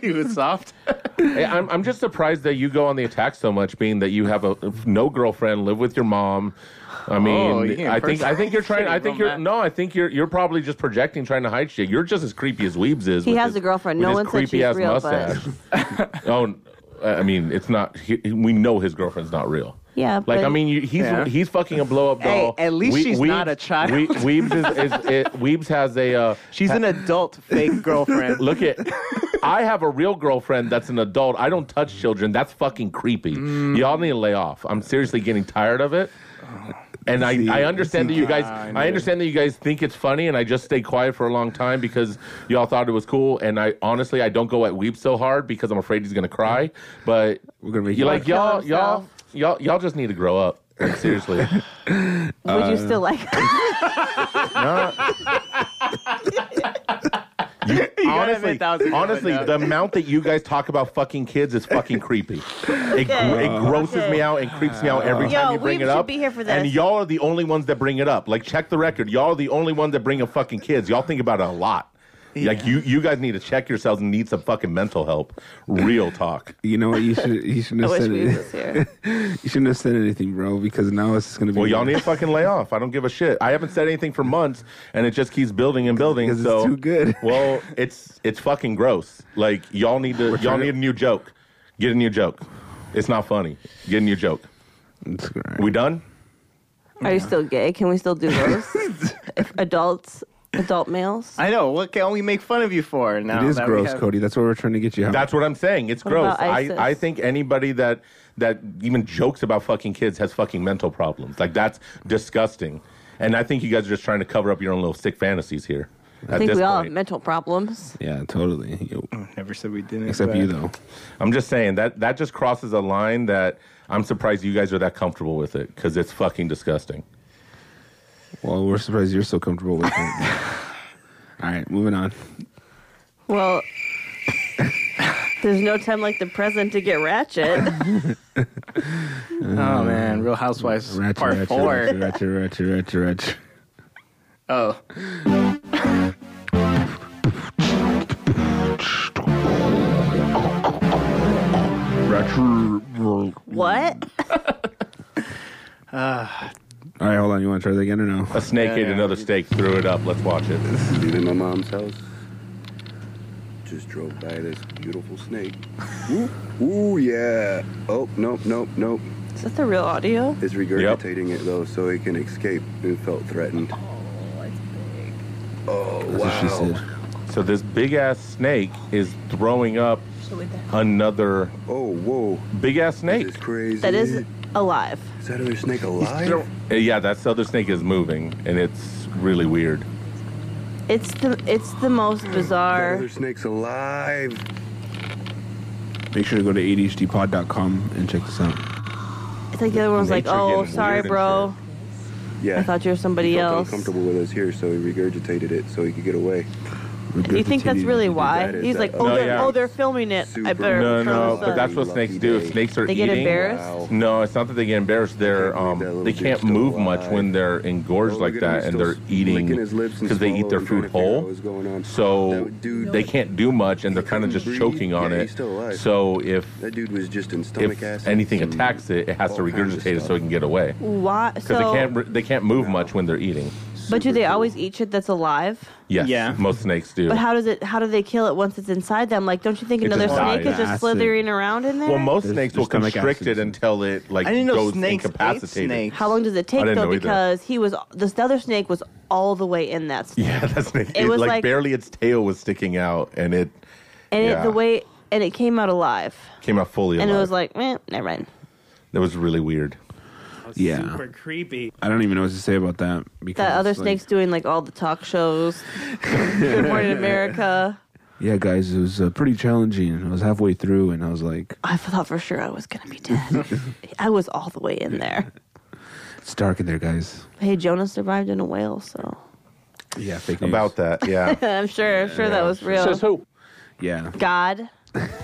[SPEAKER 8] he was soft.
[SPEAKER 7] I- I'm, I'm just surprised that you go on the attack so much, being that you have a no girlfriend, live with your mom. I
[SPEAKER 8] Oh, you
[SPEAKER 7] mean,
[SPEAKER 8] can't
[SPEAKER 7] I think I think you're trying. I think
[SPEAKER 8] impersonate
[SPEAKER 7] you're
[SPEAKER 8] Roman.
[SPEAKER 7] no. I think you're you're probably just projecting, trying to hide shit. You're just as creepy as Weebs is.
[SPEAKER 6] He
[SPEAKER 7] with
[SPEAKER 6] has
[SPEAKER 7] his-
[SPEAKER 6] a girlfriend.
[SPEAKER 7] with
[SPEAKER 6] No
[SPEAKER 7] his
[SPEAKER 6] one said she's
[SPEAKER 7] creepy-ass
[SPEAKER 6] real, but-
[SPEAKER 7] mustache. oh, I mean, it's not. He, we know his girlfriend's not real.
[SPEAKER 6] Yeah,
[SPEAKER 7] Like
[SPEAKER 6] but-
[SPEAKER 7] I mean, you, he's
[SPEAKER 8] Yeah.
[SPEAKER 7] he's fucking a blow up
[SPEAKER 8] Hey,
[SPEAKER 7] doll.
[SPEAKER 8] at least
[SPEAKER 7] Wee-
[SPEAKER 8] she's not a child.
[SPEAKER 7] Wee- Weebs is, is it, Weebs has a uh,
[SPEAKER 8] She's an adult fake girlfriend.
[SPEAKER 7] look at. I have a real girlfriend that's an adult. I don't touch children. That's fucking creepy. Y'all need to lay off. I'm seriously getting tired of it. And I, I understand that you guys I understand that you guys think it's funny and I just stay quiet for a long time because y'all thought it was cool and I honestly I don't go at Weeb so hard because I'm afraid he's gonna cry. But
[SPEAKER 5] We're gonna make
[SPEAKER 7] you
[SPEAKER 5] him
[SPEAKER 7] like y'all y'all y'all y'all just need to grow up. Like, seriously. uh,
[SPEAKER 6] Would you still like?
[SPEAKER 7] honestly,
[SPEAKER 8] admit that was a good one,
[SPEAKER 7] honestly,
[SPEAKER 8] though.
[SPEAKER 7] the amount that you guys talk about fucking kids is fucking creepy. It, gr- it grosses me out and creeps me out every
[SPEAKER 6] Yo,
[SPEAKER 7] time you
[SPEAKER 6] we
[SPEAKER 7] bring it
[SPEAKER 6] should
[SPEAKER 7] up.
[SPEAKER 6] be here for
[SPEAKER 7] And
[SPEAKER 6] this.
[SPEAKER 7] y'all are the only ones that bring it up. Like, check the record. Y'all are the only ones that bring up fucking kids. Y'all think about it a lot. Like you, you guys need to check yourselves and need some fucking mental help. Real talk.
[SPEAKER 5] You know what? You should. You
[SPEAKER 6] I
[SPEAKER 5] shouldn't have
[SPEAKER 6] wish
[SPEAKER 5] said
[SPEAKER 6] we
[SPEAKER 5] it.
[SPEAKER 6] was here.
[SPEAKER 5] You shouldn't have said anything, bro. Because now it's just gonna be.
[SPEAKER 7] Well, y'all need to fucking lay off. I don't give a shit. I haven't said anything for months, and it just keeps building and building.
[SPEAKER 5] Because it's
[SPEAKER 7] so
[SPEAKER 5] too good.
[SPEAKER 7] well, it's it's fucking gross. Like y'all need to y'all
[SPEAKER 5] trying to-
[SPEAKER 7] need a new joke. Get a new joke. It's not funny. Get a new joke.
[SPEAKER 5] It's great.
[SPEAKER 7] We done?
[SPEAKER 6] Are you still gay? Can we still do those? if adults, adult males.
[SPEAKER 8] I know. What can we make fun of you for now?
[SPEAKER 5] It is
[SPEAKER 8] that we
[SPEAKER 5] gross,
[SPEAKER 8] have-
[SPEAKER 5] Cody. That's what we're trying to get you out.
[SPEAKER 7] That's what I'm saying. It's
[SPEAKER 6] What
[SPEAKER 7] gross.
[SPEAKER 6] about
[SPEAKER 7] I,
[SPEAKER 6] ISIS?
[SPEAKER 7] I think anybody that that even jokes about fucking kids has fucking mental problems. Like that's disgusting. And I think you guys are just trying to cover up your own little sick fantasies here.
[SPEAKER 6] I think we all have mental problems.
[SPEAKER 5] yeah, totally. Yo,
[SPEAKER 8] Never said we didn't.
[SPEAKER 5] Except
[SPEAKER 8] but-
[SPEAKER 5] you though.
[SPEAKER 7] I'm just saying that that just crosses a line that I'm surprised you guys are that comfortable with it because it's fucking disgusting.
[SPEAKER 5] Well, we're surprised you're so comfortable with it. All right, moving on.
[SPEAKER 6] Well, there's no time like the present to get ratchet.
[SPEAKER 8] Oh man, Real Housewives
[SPEAKER 5] Mm. Ratchet,
[SPEAKER 8] Part
[SPEAKER 5] ratchet,
[SPEAKER 8] Four.
[SPEAKER 5] ratchet, ratchet, ratchet, ratchet, ratchet.
[SPEAKER 8] Oh,
[SPEAKER 6] what?
[SPEAKER 5] All right, hold on. You want to try that again or no?
[SPEAKER 7] A snake ate
[SPEAKER 8] yeah.
[SPEAKER 7] another steak, threw it up. Let's watch it.
[SPEAKER 11] Leaving my mom's house. Just drove by this beautiful snake. Ooh, ooh yeah. Oh, nope, nope, nope.
[SPEAKER 6] Is that the real audio?
[SPEAKER 11] It's regurgitating it though, so it can escape. It felt threatened. Oh,
[SPEAKER 5] That's what she said.
[SPEAKER 7] So this big ass snake is throwing up another
[SPEAKER 11] Oh, whoa.
[SPEAKER 7] big ass snake.
[SPEAKER 11] This is crazy.
[SPEAKER 6] That is alive.
[SPEAKER 11] Is that other snake alive?
[SPEAKER 7] Uh, Yeah, that other snake is moving, and it's really weird.
[SPEAKER 6] It's the it's the most
[SPEAKER 11] That
[SPEAKER 6] bizarre.
[SPEAKER 11] other snake's alive.
[SPEAKER 5] Make sure to go to adhdpod.com and check this out.
[SPEAKER 6] It's like the other one's like,
[SPEAKER 7] Nature
[SPEAKER 6] oh,
[SPEAKER 7] getting
[SPEAKER 6] sorry,
[SPEAKER 7] weird and
[SPEAKER 6] bro.
[SPEAKER 11] Yeah.
[SPEAKER 6] I thought you were
[SPEAKER 11] he
[SPEAKER 6] somebody
[SPEAKER 11] felt
[SPEAKER 6] else.
[SPEAKER 11] uncomfortable with us here, so he regurgitated it so he could get away.
[SPEAKER 6] You think that's really why?
[SPEAKER 11] That is
[SPEAKER 6] He's like,
[SPEAKER 11] that-
[SPEAKER 6] oh,
[SPEAKER 7] No,
[SPEAKER 6] they're,
[SPEAKER 7] yeah.
[SPEAKER 6] oh, they're filming it. I
[SPEAKER 11] Super-
[SPEAKER 6] better.
[SPEAKER 7] No,
[SPEAKER 6] turn
[SPEAKER 7] no,
[SPEAKER 6] this
[SPEAKER 7] but
[SPEAKER 6] up."
[SPEAKER 7] that's what snakes do. If snakes are
[SPEAKER 6] They get
[SPEAKER 7] eating,
[SPEAKER 6] embarrassed.
[SPEAKER 11] Wow.
[SPEAKER 7] No, it's not that they get embarrassed. They're
[SPEAKER 11] Can't believe that
[SPEAKER 7] um,
[SPEAKER 11] little
[SPEAKER 7] they
[SPEAKER 11] dude's
[SPEAKER 7] can't
[SPEAKER 11] still
[SPEAKER 7] move
[SPEAKER 11] alive.
[SPEAKER 7] much when they're engorged
[SPEAKER 11] Oh, look at him,
[SPEAKER 7] like that,
[SPEAKER 11] he's
[SPEAKER 7] and
[SPEAKER 11] still
[SPEAKER 7] they're eating
[SPEAKER 11] licking his lips and
[SPEAKER 7] because they eat
[SPEAKER 11] swallowing,
[SPEAKER 7] their
[SPEAKER 11] trying
[SPEAKER 7] food
[SPEAKER 11] to figure out
[SPEAKER 7] whole.
[SPEAKER 11] what's going on.
[SPEAKER 7] So
[SPEAKER 11] That dude-
[SPEAKER 7] they can't do much, and they're
[SPEAKER 11] He
[SPEAKER 7] kind of
[SPEAKER 11] couldn't
[SPEAKER 7] just
[SPEAKER 11] breathe.
[SPEAKER 7] choking on
[SPEAKER 11] Yeah,
[SPEAKER 7] it.
[SPEAKER 11] he's still alive.
[SPEAKER 7] So if
[SPEAKER 11] That dude was just in stomach
[SPEAKER 7] if
[SPEAKER 11] acid.
[SPEAKER 7] anything
[SPEAKER 11] and
[SPEAKER 7] attacks it, it has to
[SPEAKER 11] all kinds of
[SPEAKER 7] regurgitate it so
[SPEAKER 11] stuff.
[SPEAKER 7] it can get away.
[SPEAKER 6] Why?
[SPEAKER 7] Because they
[SPEAKER 6] So,
[SPEAKER 7] can't re- they can't move much when they're eating.
[SPEAKER 6] but do
[SPEAKER 11] super
[SPEAKER 6] they
[SPEAKER 11] cool.
[SPEAKER 6] always eat shit that's alive?
[SPEAKER 7] Yes,
[SPEAKER 8] Yeah.
[SPEAKER 7] most snakes do.
[SPEAKER 6] But how does it? How do they kill it once it's inside them? Like, don't you think
[SPEAKER 7] It
[SPEAKER 6] another
[SPEAKER 7] just
[SPEAKER 6] snake
[SPEAKER 7] dies.
[SPEAKER 6] is just
[SPEAKER 5] Acid.
[SPEAKER 6] slithering around in there?
[SPEAKER 7] well, most
[SPEAKER 5] There's-
[SPEAKER 7] snakes
[SPEAKER 5] there's
[SPEAKER 7] will
[SPEAKER 5] stomach
[SPEAKER 7] constrict it
[SPEAKER 5] acids.
[SPEAKER 7] until it like
[SPEAKER 8] I didn't know
[SPEAKER 7] goes
[SPEAKER 8] snakes ate
[SPEAKER 7] incapacitated.
[SPEAKER 8] snakes.
[SPEAKER 6] How long does it take
[SPEAKER 7] didn't
[SPEAKER 6] though?
[SPEAKER 7] know either.
[SPEAKER 6] Because he was this other snake was all the way in that snake,
[SPEAKER 7] Yeah, that snake.
[SPEAKER 6] It was
[SPEAKER 7] like,
[SPEAKER 6] like-
[SPEAKER 7] barely its tail was sticking out, and it
[SPEAKER 6] and it,
[SPEAKER 7] yeah.
[SPEAKER 6] the way and it came out alive,
[SPEAKER 7] came out fully.
[SPEAKER 6] and it
[SPEAKER 7] alive.
[SPEAKER 6] was like, eh, never mind.
[SPEAKER 7] that was really weird.
[SPEAKER 5] Yeah.
[SPEAKER 2] Super creepy.
[SPEAKER 5] I don't even know what to say about that. Because
[SPEAKER 6] That other
[SPEAKER 5] it's like-
[SPEAKER 6] snake's doing like all the talk shows, Good Morning America.
[SPEAKER 5] Yeah, guys, it was uh, pretty challenging. I was halfway through and I was like,
[SPEAKER 6] I thought for sure I was gonna be dead. I was all the way in there.
[SPEAKER 5] it's dark in there, guys.
[SPEAKER 6] Hey, Jonah survived in a whale, so
[SPEAKER 5] Yeah, fake news.
[SPEAKER 7] About that, yeah.
[SPEAKER 6] I'm sure, I'm sure that was real.
[SPEAKER 7] who?
[SPEAKER 5] Yeah.
[SPEAKER 6] God,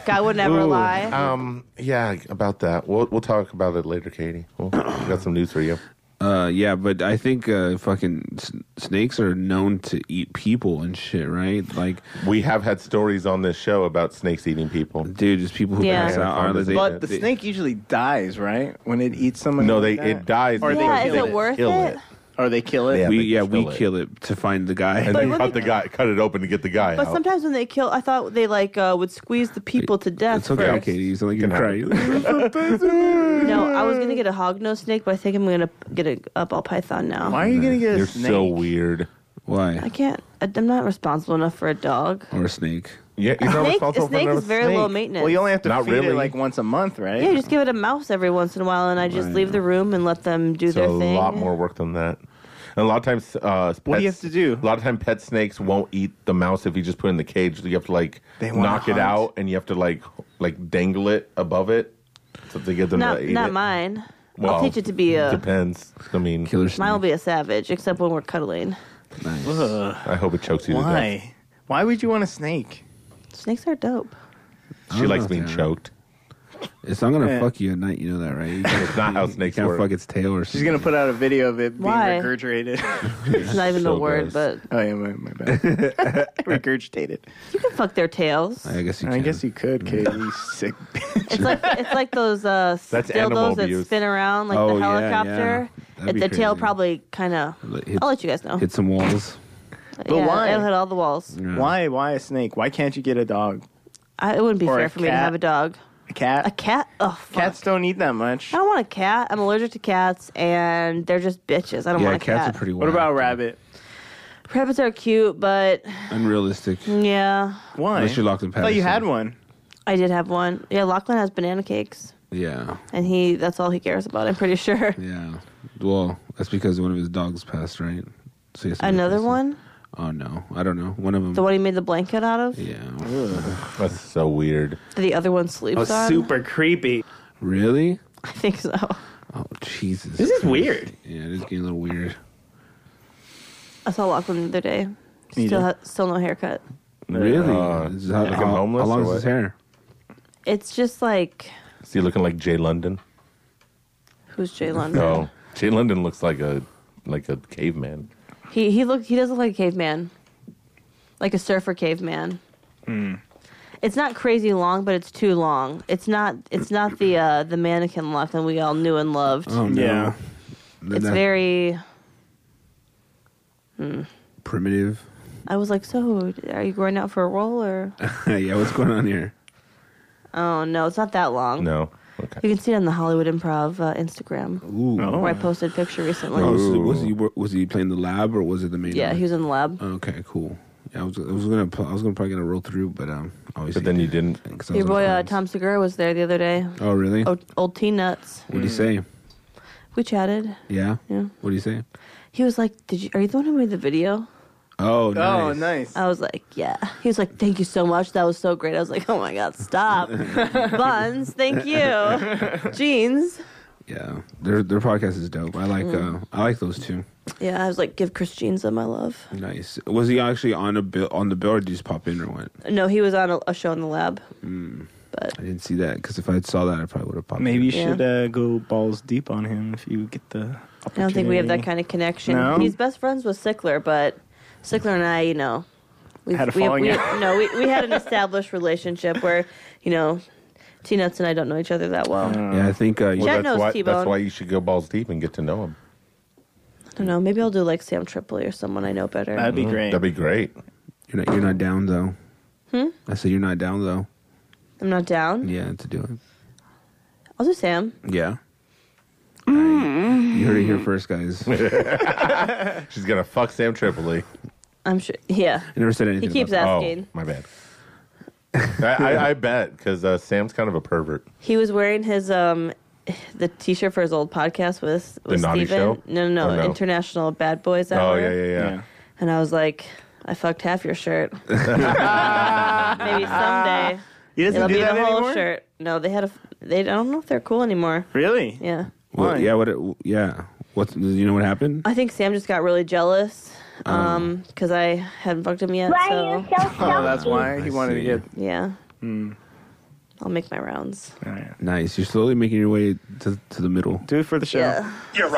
[SPEAKER 6] God would never
[SPEAKER 7] Ooh,
[SPEAKER 6] lie.
[SPEAKER 7] Um, yeah, about that. We'll we'll talk about it later, Katie. We'll, we got some news for you.
[SPEAKER 5] Uh, yeah, but I think uh, fucking s- snakes are known to eat people and shit, right? Like,
[SPEAKER 7] We have had stories on this show about snakes eating people.
[SPEAKER 5] dude, just people who
[SPEAKER 6] Yeah.
[SPEAKER 5] pass out. Are, they, uh,
[SPEAKER 8] but the
[SPEAKER 5] they-
[SPEAKER 8] snake usually dies, right? When it eats someone.
[SPEAKER 7] No, they
[SPEAKER 8] like that?
[SPEAKER 7] it dies.
[SPEAKER 8] Or
[SPEAKER 7] because
[SPEAKER 8] they
[SPEAKER 6] yeah,
[SPEAKER 7] they
[SPEAKER 6] is
[SPEAKER 8] kill
[SPEAKER 6] it worth
[SPEAKER 7] kill
[SPEAKER 6] it?
[SPEAKER 8] Or they kill it?
[SPEAKER 5] we yeah we kill it to find the guy.
[SPEAKER 7] And
[SPEAKER 6] But
[SPEAKER 7] they
[SPEAKER 6] look
[SPEAKER 7] cut the guy, cut it open to get the guy
[SPEAKER 6] But
[SPEAKER 7] out.
[SPEAKER 6] sometimes when they kill, I thought they like uh, would squeeze the people to death.
[SPEAKER 5] It's okay,
[SPEAKER 6] first.
[SPEAKER 5] Katie. It's like you're
[SPEAKER 7] Can happen.
[SPEAKER 5] crying.
[SPEAKER 6] No, I was
[SPEAKER 7] Mm.
[SPEAKER 6] gonna get a hognose snake, but I think I'm gonna get a, a ball python now.
[SPEAKER 8] Why are you going to get a
[SPEAKER 7] You're
[SPEAKER 8] snake?
[SPEAKER 7] so weird.
[SPEAKER 6] I
[SPEAKER 5] Why?
[SPEAKER 6] can't. I- I'm not responsible enough for a dog.
[SPEAKER 5] Or a snake?
[SPEAKER 7] Yeah, you're not
[SPEAKER 6] Snake-
[SPEAKER 7] responsible for
[SPEAKER 6] snake
[SPEAKER 7] another
[SPEAKER 6] is very
[SPEAKER 7] snake.
[SPEAKER 6] low maintenance.
[SPEAKER 8] well, you only have to
[SPEAKER 7] Not
[SPEAKER 8] feed
[SPEAKER 7] really.
[SPEAKER 8] it like once a month, right?
[SPEAKER 6] Yeah, you just give it a mouse every once in a while, and I just
[SPEAKER 5] Right.
[SPEAKER 6] leave the room and let them do
[SPEAKER 7] It's
[SPEAKER 6] their
[SPEAKER 7] a
[SPEAKER 6] thing.
[SPEAKER 7] lot more work than that. And a lot of times, uh,
[SPEAKER 8] What do you have to do?
[SPEAKER 7] A lot of time, pet snakes won't eat the mouse if you just put it in the cage. You have to like
[SPEAKER 8] They wanna
[SPEAKER 7] knock it
[SPEAKER 8] hunt.
[SPEAKER 7] out, and you have to like like dangle it above it so they get them
[SPEAKER 6] Not,
[SPEAKER 7] to eat
[SPEAKER 6] not
[SPEAKER 7] it.
[SPEAKER 6] mine.
[SPEAKER 7] Well,
[SPEAKER 6] I'll teach it to be a.
[SPEAKER 7] Depends. I mean,
[SPEAKER 5] Killer snake.
[SPEAKER 6] Mine will be a savage, except when we're cuddling.
[SPEAKER 5] Nice.
[SPEAKER 7] I hope it chokes you to
[SPEAKER 8] Why? Why would you want a snake?
[SPEAKER 6] Snakes are dope.
[SPEAKER 7] death. She
[SPEAKER 5] Oh,
[SPEAKER 7] likes being
[SPEAKER 5] yeah.
[SPEAKER 7] choked.
[SPEAKER 5] It's not gonna
[SPEAKER 8] Yeah.
[SPEAKER 5] fuck you at night. You know that, right? You gotta-
[SPEAKER 7] It's not how
[SPEAKER 5] you
[SPEAKER 7] snakes
[SPEAKER 5] can't
[SPEAKER 7] work.
[SPEAKER 5] fuck its tail or
[SPEAKER 8] She's
[SPEAKER 5] something.
[SPEAKER 8] going to put out a video of it being
[SPEAKER 6] Why?
[SPEAKER 8] regurgitated.
[SPEAKER 6] It's not even
[SPEAKER 7] So
[SPEAKER 6] a word,
[SPEAKER 7] gross.
[SPEAKER 6] but
[SPEAKER 8] oh, yeah, my, my bad. regurgitated.
[SPEAKER 6] you can fuck their tails.
[SPEAKER 5] I guess you. Can.
[SPEAKER 8] I guess you could, Katie. you sick bitch.
[SPEAKER 6] It's like it's like those uh,
[SPEAKER 7] That's animal
[SPEAKER 6] dildos that
[SPEAKER 7] abuse.
[SPEAKER 6] spin around like
[SPEAKER 5] Oh, yeah,
[SPEAKER 6] the
[SPEAKER 5] yeah.
[SPEAKER 6] helicopter.
[SPEAKER 5] That'd
[SPEAKER 6] It-
[SPEAKER 5] be
[SPEAKER 6] the tail
[SPEAKER 5] crazy.
[SPEAKER 6] probably kind of.
[SPEAKER 5] Let- hit-
[SPEAKER 6] I'll let you guys know.
[SPEAKER 5] hit some walls.
[SPEAKER 8] But why?
[SPEAKER 6] It'll hit all the walls.
[SPEAKER 5] Yeah.
[SPEAKER 8] Why? Why a snake? Why can't you get a dog?
[SPEAKER 6] I, it wouldn't be
[SPEAKER 8] Or a
[SPEAKER 6] fair for me to
[SPEAKER 8] cat.
[SPEAKER 6] have a dog.
[SPEAKER 8] A cat?
[SPEAKER 6] A cat? Oh, fuck.
[SPEAKER 8] Cats don't eat that much.
[SPEAKER 6] I don't want a cat. I'm allergic to cats, and they're just bitches. I don't
[SPEAKER 5] Yeah,
[SPEAKER 6] want a
[SPEAKER 5] cats
[SPEAKER 6] cat.
[SPEAKER 5] are pretty.
[SPEAKER 8] What about
[SPEAKER 5] whack.
[SPEAKER 8] rabbit?
[SPEAKER 6] Rabbits are cute, but
[SPEAKER 5] Unrealistic.
[SPEAKER 6] Mm. yeah,
[SPEAKER 8] Why?
[SPEAKER 5] Unless you're locked in
[SPEAKER 8] I thought you
[SPEAKER 5] Patterson.
[SPEAKER 8] had one.
[SPEAKER 6] I did have one. Yeah, Lachlan has banana cakes,
[SPEAKER 5] Yeah.
[SPEAKER 6] and he—that's all he cares about. I'm pretty sure.
[SPEAKER 5] Yeah. Well, that's because one of his dogs passed, right? So he has to
[SPEAKER 6] Another
[SPEAKER 5] replace it.
[SPEAKER 6] one,
[SPEAKER 5] Oh no, I don't know. One of them.
[SPEAKER 6] the one he made the blanket out of,
[SPEAKER 5] yeah.
[SPEAKER 7] That's so weird.
[SPEAKER 6] that the other one sleeps
[SPEAKER 5] Oh,
[SPEAKER 6] on.
[SPEAKER 8] creepy.
[SPEAKER 5] Really?
[SPEAKER 6] I think so.
[SPEAKER 5] Oh Jesus.
[SPEAKER 8] This is
[SPEAKER 5] Christ.
[SPEAKER 8] weird.
[SPEAKER 5] Yeah, it is getting a little weird.
[SPEAKER 6] I saw Lachlan the other day.
[SPEAKER 8] Me
[SPEAKER 6] Still,
[SPEAKER 8] too.
[SPEAKER 6] ha- still no haircut.
[SPEAKER 5] Really?
[SPEAKER 7] Uh,
[SPEAKER 5] This is how,
[SPEAKER 7] like I'm
[SPEAKER 5] how, how
[SPEAKER 7] homeless
[SPEAKER 5] long
[SPEAKER 7] or
[SPEAKER 5] is
[SPEAKER 7] what?
[SPEAKER 5] his hair?
[SPEAKER 6] It's just like
[SPEAKER 7] Is he looking like Jay London?
[SPEAKER 6] who's Jay London?
[SPEAKER 7] No, Jay London looks like a like a caveman.
[SPEAKER 6] He he look he does look like a caveman, like a surfer caveman. It's not crazy long, but it's too long. It's not it's not the uh, the mannequin look that we all knew and loved.
[SPEAKER 5] Oh no.
[SPEAKER 8] Yeah.
[SPEAKER 5] Th-
[SPEAKER 6] it's
[SPEAKER 5] that
[SPEAKER 6] very.
[SPEAKER 5] primitive.
[SPEAKER 6] I was like, so are you going out for a roll or?
[SPEAKER 5] yeah, what's going on here?
[SPEAKER 6] Oh no, it's not that long.
[SPEAKER 7] No. Okay.
[SPEAKER 6] You can see it on the Hollywood Improv uh, Instagram
[SPEAKER 5] Ooh.
[SPEAKER 8] Oh.
[SPEAKER 6] where I posted a picture recently.
[SPEAKER 5] Oh, so was he wor- was he playing the lab or was it the main?
[SPEAKER 6] Yeah,
[SPEAKER 5] lab?
[SPEAKER 6] he was in the lab.
[SPEAKER 5] Okay, cool. Yeah, I was I was gonna pl- I was gonna probably gonna roll through, but um, obviously.
[SPEAKER 7] But then you didn't.
[SPEAKER 5] Thanks, I
[SPEAKER 6] Your
[SPEAKER 5] was on
[SPEAKER 6] boy uh,
[SPEAKER 5] phones.
[SPEAKER 6] Tom Segura was there the other day.
[SPEAKER 5] Oh really?
[SPEAKER 6] Old, old T nuts.
[SPEAKER 5] What do you say?
[SPEAKER 6] We chatted.
[SPEAKER 5] Yeah.
[SPEAKER 6] Yeah.
[SPEAKER 5] What do you say?
[SPEAKER 6] He was like, "Did you? Are you the one who made the video?"
[SPEAKER 5] Oh, nice.
[SPEAKER 8] Oh, nice.
[SPEAKER 6] I was like, yeah. He was like, thank you so much. That was so great. I was like, oh my God, stop. Buns, thank you. Jeans.
[SPEAKER 5] Yeah, their their podcast is dope. I like
[SPEAKER 6] Mm.
[SPEAKER 5] uh, I like those two.
[SPEAKER 6] Yeah, I was like, give Chris Jeans some, my love.
[SPEAKER 5] Nice. Was he actually on a bill on the bill or did he just pop in or what?
[SPEAKER 6] No, he was on a, a show in the lab.
[SPEAKER 5] I didn't see that because if I had saw that, I probably would have popped.
[SPEAKER 8] Maybe you
[SPEAKER 6] Oh, Yeah.
[SPEAKER 8] should uh, go balls deep on him if you get the.
[SPEAKER 6] I don't think we have that kind of connection.
[SPEAKER 8] No?
[SPEAKER 6] He's best friends with Sickler, but Sickler and I, you know, we've,
[SPEAKER 8] Had a
[SPEAKER 6] we,
[SPEAKER 8] falling
[SPEAKER 6] we,
[SPEAKER 8] out.
[SPEAKER 6] no, we, we had an established relationship where, you know, T Nuts and I don't know each other that well.
[SPEAKER 5] In. Yeah, I think uh, you,
[SPEAKER 7] that's
[SPEAKER 6] Jack knows
[SPEAKER 7] why.
[SPEAKER 6] T-Bone.
[SPEAKER 7] That's why you should go balls deep and get to know him.
[SPEAKER 6] I don't know. Maybe I'll do like Sam Tripoli or someone I know better.
[SPEAKER 8] That'd be great.
[SPEAKER 7] Mm-hmm. That'd be great.
[SPEAKER 5] are not you're not down though. Hmm? I said you're not down though.
[SPEAKER 6] I'm not down.
[SPEAKER 5] Yeah, to do it.
[SPEAKER 6] I'll do Sam.
[SPEAKER 5] Yeah.
[SPEAKER 6] Mm.
[SPEAKER 5] Alright. You heard it here first, guys. I
[SPEAKER 7] She's gonna fuck Sam Tripoli.
[SPEAKER 6] I'm sure. Yeah.
[SPEAKER 5] never said anything.
[SPEAKER 6] He keeps
[SPEAKER 5] about
[SPEAKER 6] asking.
[SPEAKER 7] Oh, my bad. I, I, I bet because uh, Sam's kind of a pervert.
[SPEAKER 6] He was wearing his um the t-shirt for his old podcast with, with
[SPEAKER 7] Naughty
[SPEAKER 6] Steven.
[SPEAKER 7] Show?
[SPEAKER 6] No, no, no,
[SPEAKER 7] Or no?
[SPEAKER 6] International Bad Boys
[SPEAKER 7] Oh
[SPEAKER 6] Hour.
[SPEAKER 7] yeah, yeah, yeah.
[SPEAKER 8] Yeah.
[SPEAKER 6] And I was like, I fucked half your shirt. Maybe someday
[SPEAKER 8] He doesn't
[SPEAKER 6] it'll
[SPEAKER 8] do
[SPEAKER 6] be
[SPEAKER 8] that
[SPEAKER 6] the whole
[SPEAKER 8] anymore?
[SPEAKER 6] shirt. No, they had a. They I don't know if they're cool anymore.
[SPEAKER 8] Really?
[SPEAKER 6] Yeah.
[SPEAKER 5] Well,
[SPEAKER 8] Why?
[SPEAKER 5] yeah. What? It, yeah. What? You know what happened?
[SPEAKER 6] I think Sam just got really jealous
[SPEAKER 7] Oh.
[SPEAKER 6] um because I hadn't fucked him yet. So
[SPEAKER 8] Oh, that's why he
[SPEAKER 5] I
[SPEAKER 8] wanted
[SPEAKER 5] see.
[SPEAKER 8] to get.
[SPEAKER 6] yeah.
[SPEAKER 7] Hmm.
[SPEAKER 6] I'll make my rounds.
[SPEAKER 8] Alright.
[SPEAKER 5] Nice. You're slowly making your way to, to the middle.
[SPEAKER 8] Do it for the show.
[SPEAKER 6] Yeah.
[SPEAKER 5] That's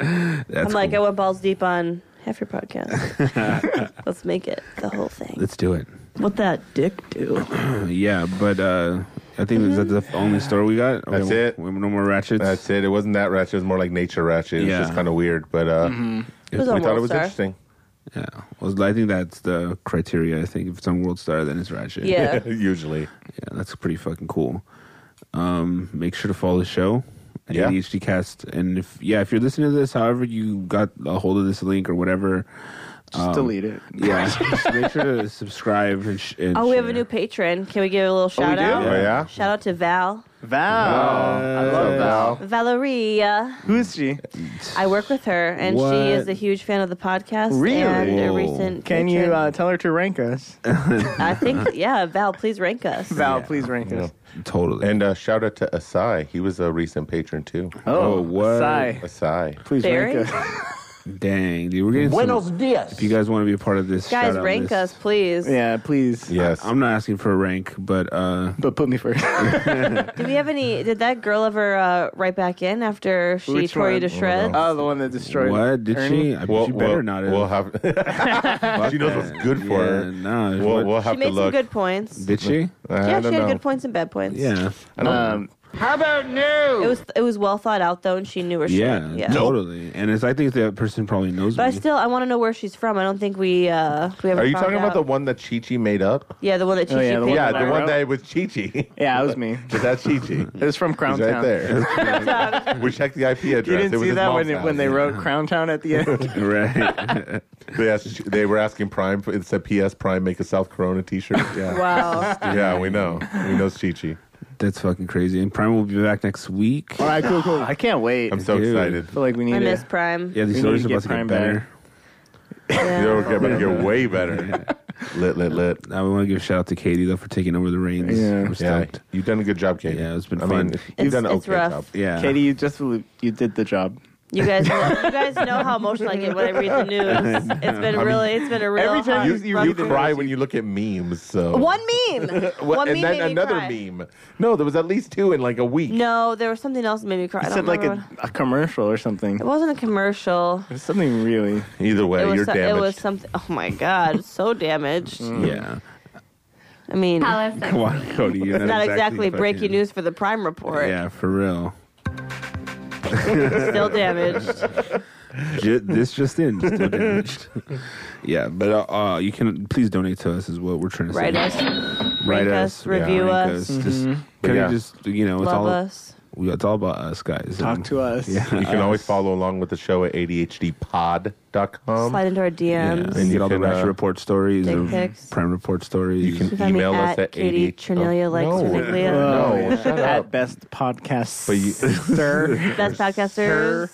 [SPEAKER 6] I'm like,
[SPEAKER 5] cool.
[SPEAKER 6] I went balls deep on half your podcast. Let's make it the whole thing.
[SPEAKER 5] Let's do it.
[SPEAKER 6] What that dick do?
[SPEAKER 5] Yeah, but uh I think is that the
[SPEAKER 6] Mm-hmm.
[SPEAKER 5] only story we got. Okay,
[SPEAKER 7] That's it.
[SPEAKER 5] No more ratchets.
[SPEAKER 7] That's it. It wasn't that ratchet. It was more like nature ratchet. It
[SPEAKER 5] Yeah.
[SPEAKER 7] was just kind of weird, but uh,
[SPEAKER 5] It was
[SPEAKER 7] we
[SPEAKER 5] on
[SPEAKER 7] thought it was
[SPEAKER 5] Worldstar.
[SPEAKER 7] interesting.
[SPEAKER 5] Yeah, well, I think that's the criteria. I think if it's on World Star, then it's Ratchet.
[SPEAKER 7] Yeah. Usually.
[SPEAKER 5] Yeah, that's pretty fucking cool. Um, make sure to follow the show,
[SPEAKER 7] Yeah.
[SPEAKER 5] ADHD Cast, and if yeah, if you're listening to this, however you got a hold of this link or whatever,
[SPEAKER 8] Just delete it.
[SPEAKER 5] Yeah, just make sure to subscribe and, sh- and
[SPEAKER 6] Oh, we have a new patron. Can we give a little shout
[SPEAKER 5] do?
[SPEAKER 6] out?
[SPEAKER 5] Oh, yeah?
[SPEAKER 6] Shout out to Val.
[SPEAKER 8] Val. I love Val.
[SPEAKER 6] Valeria.
[SPEAKER 8] Who is she?
[SPEAKER 6] I work with her, and
[SPEAKER 8] What?
[SPEAKER 6] she is a huge fan of the podcast.
[SPEAKER 8] Really?
[SPEAKER 6] And a recent
[SPEAKER 8] Can
[SPEAKER 6] patron.
[SPEAKER 8] you uh, tell her to rank us?
[SPEAKER 6] I think, yeah, Val, please rank us.
[SPEAKER 8] Val, please rank us.
[SPEAKER 5] Totally.
[SPEAKER 7] And uh, shout out to Asai. He was a recent patron too.
[SPEAKER 8] Oh, Oh, what? Asai.
[SPEAKER 7] Asai.
[SPEAKER 5] Please
[SPEAKER 6] Barry? rank
[SPEAKER 5] Dang, dude, we're getting some-
[SPEAKER 6] Buenos dias.
[SPEAKER 5] If you guys want to be a part of this,
[SPEAKER 6] Guys,
[SPEAKER 5] shout-out
[SPEAKER 6] rank
[SPEAKER 5] list-
[SPEAKER 6] us, please.
[SPEAKER 8] please.
[SPEAKER 5] Yes, I, am not asking for a rank, but uh,
[SPEAKER 8] but put me first.
[SPEAKER 6] Do we have any? Did that girl ever uh, write back in after she
[SPEAKER 8] Which
[SPEAKER 6] tore you
[SPEAKER 8] one?
[SPEAKER 6] to shreds?
[SPEAKER 8] Oh, the one that destroyed.
[SPEAKER 5] What? Did she?
[SPEAKER 8] Ernie?
[SPEAKER 5] I
[SPEAKER 7] Well,
[SPEAKER 5] bet she better
[SPEAKER 7] well,
[SPEAKER 5] not.
[SPEAKER 7] we'll have- she knows what's good for her.
[SPEAKER 5] No,
[SPEAKER 7] we'll, we'll have
[SPEAKER 6] she made
[SPEAKER 7] to
[SPEAKER 6] some
[SPEAKER 7] look.
[SPEAKER 6] good points.
[SPEAKER 5] Did she?
[SPEAKER 7] I
[SPEAKER 6] yeah,
[SPEAKER 7] don't
[SPEAKER 6] she had
[SPEAKER 7] know.
[SPEAKER 6] good points and bad points.
[SPEAKER 5] Yeah.
[SPEAKER 7] I don't-
[SPEAKER 8] Um,
[SPEAKER 6] How about new? It was it was well thought out though, and she knew her shit.
[SPEAKER 5] Yeah, totally. And it's, I think that person probably knows
[SPEAKER 6] But I
[SPEAKER 5] me.
[SPEAKER 6] still, I want to know where she's from. I don't think we uh we haven't.
[SPEAKER 7] Are you
[SPEAKER 6] found
[SPEAKER 7] talking
[SPEAKER 6] out.
[SPEAKER 7] about the one that Chi Chi made up?
[SPEAKER 6] Yeah, the one that Chi Chi picked
[SPEAKER 7] yeah,
[SPEAKER 6] up.
[SPEAKER 7] the one that was Chi Chi.
[SPEAKER 8] Yeah, it was me.
[SPEAKER 7] Is that Chi Chi? It
[SPEAKER 8] was from Crown
[SPEAKER 7] right
[SPEAKER 8] Town.
[SPEAKER 7] there. we checked the IP address.
[SPEAKER 8] You
[SPEAKER 7] it
[SPEAKER 8] didn't
[SPEAKER 7] was
[SPEAKER 8] see
[SPEAKER 7] his
[SPEAKER 8] that
[SPEAKER 7] mom's
[SPEAKER 8] when, it,
[SPEAKER 7] house.
[SPEAKER 8] when they wrote Crown Town at the end?
[SPEAKER 5] right.
[SPEAKER 7] they asked. They were asking Prime. For, it said P.S. Prime make a South Corona T-shirt. Yeah.
[SPEAKER 6] Wow.
[SPEAKER 7] yeah, we know. We know it's Chi Chi.
[SPEAKER 5] That's fucking crazy. And Prime will be back next week.
[SPEAKER 8] All right, cool, cool. I can't wait.
[SPEAKER 7] I'm so
[SPEAKER 5] Dude.
[SPEAKER 7] excited.
[SPEAKER 8] I feel like we need
[SPEAKER 6] I
[SPEAKER 8] to-
[SPEAKER 6] miss Prime.
[SPEAKER 5] Yeah, these
[SPEAKER 8] We
[SPEAKER 5] stories are
[SPEAKER 8] need to
[SPEAKER 5] about to
[SPEAKER 8] get
[SPEAKER 5] get
[SPEAKER 8] Prime back.
[SPEAKER 5] better.
[SPEAKER 7] They're get, better, get way better. lit, lit, lit.
[SPEAKER 5] I want to give a shout out to Katie though for taking over the reins.
[SPEAKER 7] Yeah.
[SPEAKER 5] We're
[SPEAKER 7] Yeah,
[SPEAKER 5] stoked.
[SPEAKER 7] You've done a good job, Katie.
[SPEAKER 5] Yeah, it's been
[SPEAKER 7] I
[SPEAKER 5] fun.
[SPEAKER 7] mean, you've done an
[SPEAKER 6] it's
[SPEAKER 7] okay
[SPEAKER 6] rough.
[SPEAKER 7] job.
[SPEAKER 5] yeah.
[SPEAKER 8] Katie, you just you did the job.
[SPEAKER 6] You guys, you guys know how emotional I get when I read the news. It's been
[SPEAKER 7] mean,
[SPEAKER 6] really, it's been a real.
[SPEAKER 8] every
[SPEAKER 6] hard
[SPEAKER 8] time
[SPEAKER 7] You,
[SPEAKER 8] you
[SPEAKER 7] you
[SPEAKER 8] read the
[SPEAKER 7] cry when you look at memes. So
[SPEAKER 6] One meme.
[SPEAKER 7] Well,
[SPEAKER 6] One
[SPEAKER 7] and
[SPEAKER 6] meme
[SPEAKER 7] then
[SPEAKER 6] made me
[SPEAKER 7] another
[SPEAKER 6] cry.
[SPEAKER 7] meme. No, there was at least two in like a week.
[SPEAKER 6] No, there was something else that made me cry. I
[SPEAKER 8] You
[SPEAKER 6] don't
[SPEAKER 8] said like
[SPEAKER 6] remember
[SPEAKER 8] a,
[SPEAKER 6] what-
[SPEAKER 8] a commercial or something.
[SPEAKER 6] It wasn't a commercial.
[SPEAKER 8] It was something really.
[SPEAKER 7] Either
[SPEAKER 6] it
[SPEAKER 7] way,
[SPEAKER 6] was
[SPEAKER 7] Uh, you're
[SPEAKER 6] so-
[SPEAKER 7] damaged. Mm.
[SPEAKER 6] It was something. Oh my god, it's so damaged.
[SPEAKER 5] Yeah.
[SPEAKER 6] I mean,
[SPEAKER 5] Come on, Cody. You're
[SPEAKER 6] it's not exactly, breaking news for the Prime report.
[SPEAKER 5] Yeah, for real.
[SPEAKER 6] Still damaged.
[SPEAKER 5] Ju- this just in, still damaged. yeah, but uh, uh, you can please donate to us is what we're trying to
[SPEAKER 6] Write
[SPEAKER 5] say.
[SPEAKER 6] us.
[SPEAKER 5] write
[SPEAKER 6] Rank
[SPEAKER 5] us,
[SPEAKER 6] us, review
[SPEAKER 5] yeah, rank
[SPEAKER 6] us.
[SPEAKER 5] Just,
[SPEAKER 8] Mm-hmm.
[SPEAKER 7] Mhm. But
[SPEAKER 5] can
[SPEAKER 7] yeah.
[SPEAKER 5] you just you know, it's
[SPEAKER 6] Love
[SPEAKER 5] all
[SPEAKER 6] us.
[SPEAKER 5] We, it's all about us guys.
[SPEAKER 8] Talk
[SPEAKER 5] And-
[SPEAKER 8] to us.
[SPEAKER 5] Yeah,
[SPEAKER 7] You can always follow along with the show at adhdpod.com.
[SPEAKER 6] Slide into our
[SPEAKER 5] Yeah,
[SPEAKER 6] DMs.
[SPEAKER 5] and you get all the
[SPEAKER 7] can, uh,
[SPEAKER 5] Ratchet Report stories,
[SPEAKER 6] dick
[SPEAKER 5] the
[SPEAKER 6] pics.
[SPEAKER 5] Prime Report stories. You
[SPEAKER 6] You
[SPEAKER 7] can
[SPEAKER 6] can find me
[SPEAKER 7] email us
[SPEAKER 6] at
[SPEAKER 7] at
[SPEAKER 6] Katie
[SPEAKER 7] 88
[SPEAKER 6] Cornelia likes
[SPEAKER 7] no.
[SPEAKER 6] Cornelia.
[SPEAKER 7] No,
[SPEAKER 8] Oh,
[SPEAKER 7] shut up.
[SPEAKER 8] at best podcast,
[SPEAKER 7] But you-
[SPEAKER 8] sir.
[SPEAKER 6] Best podcasters.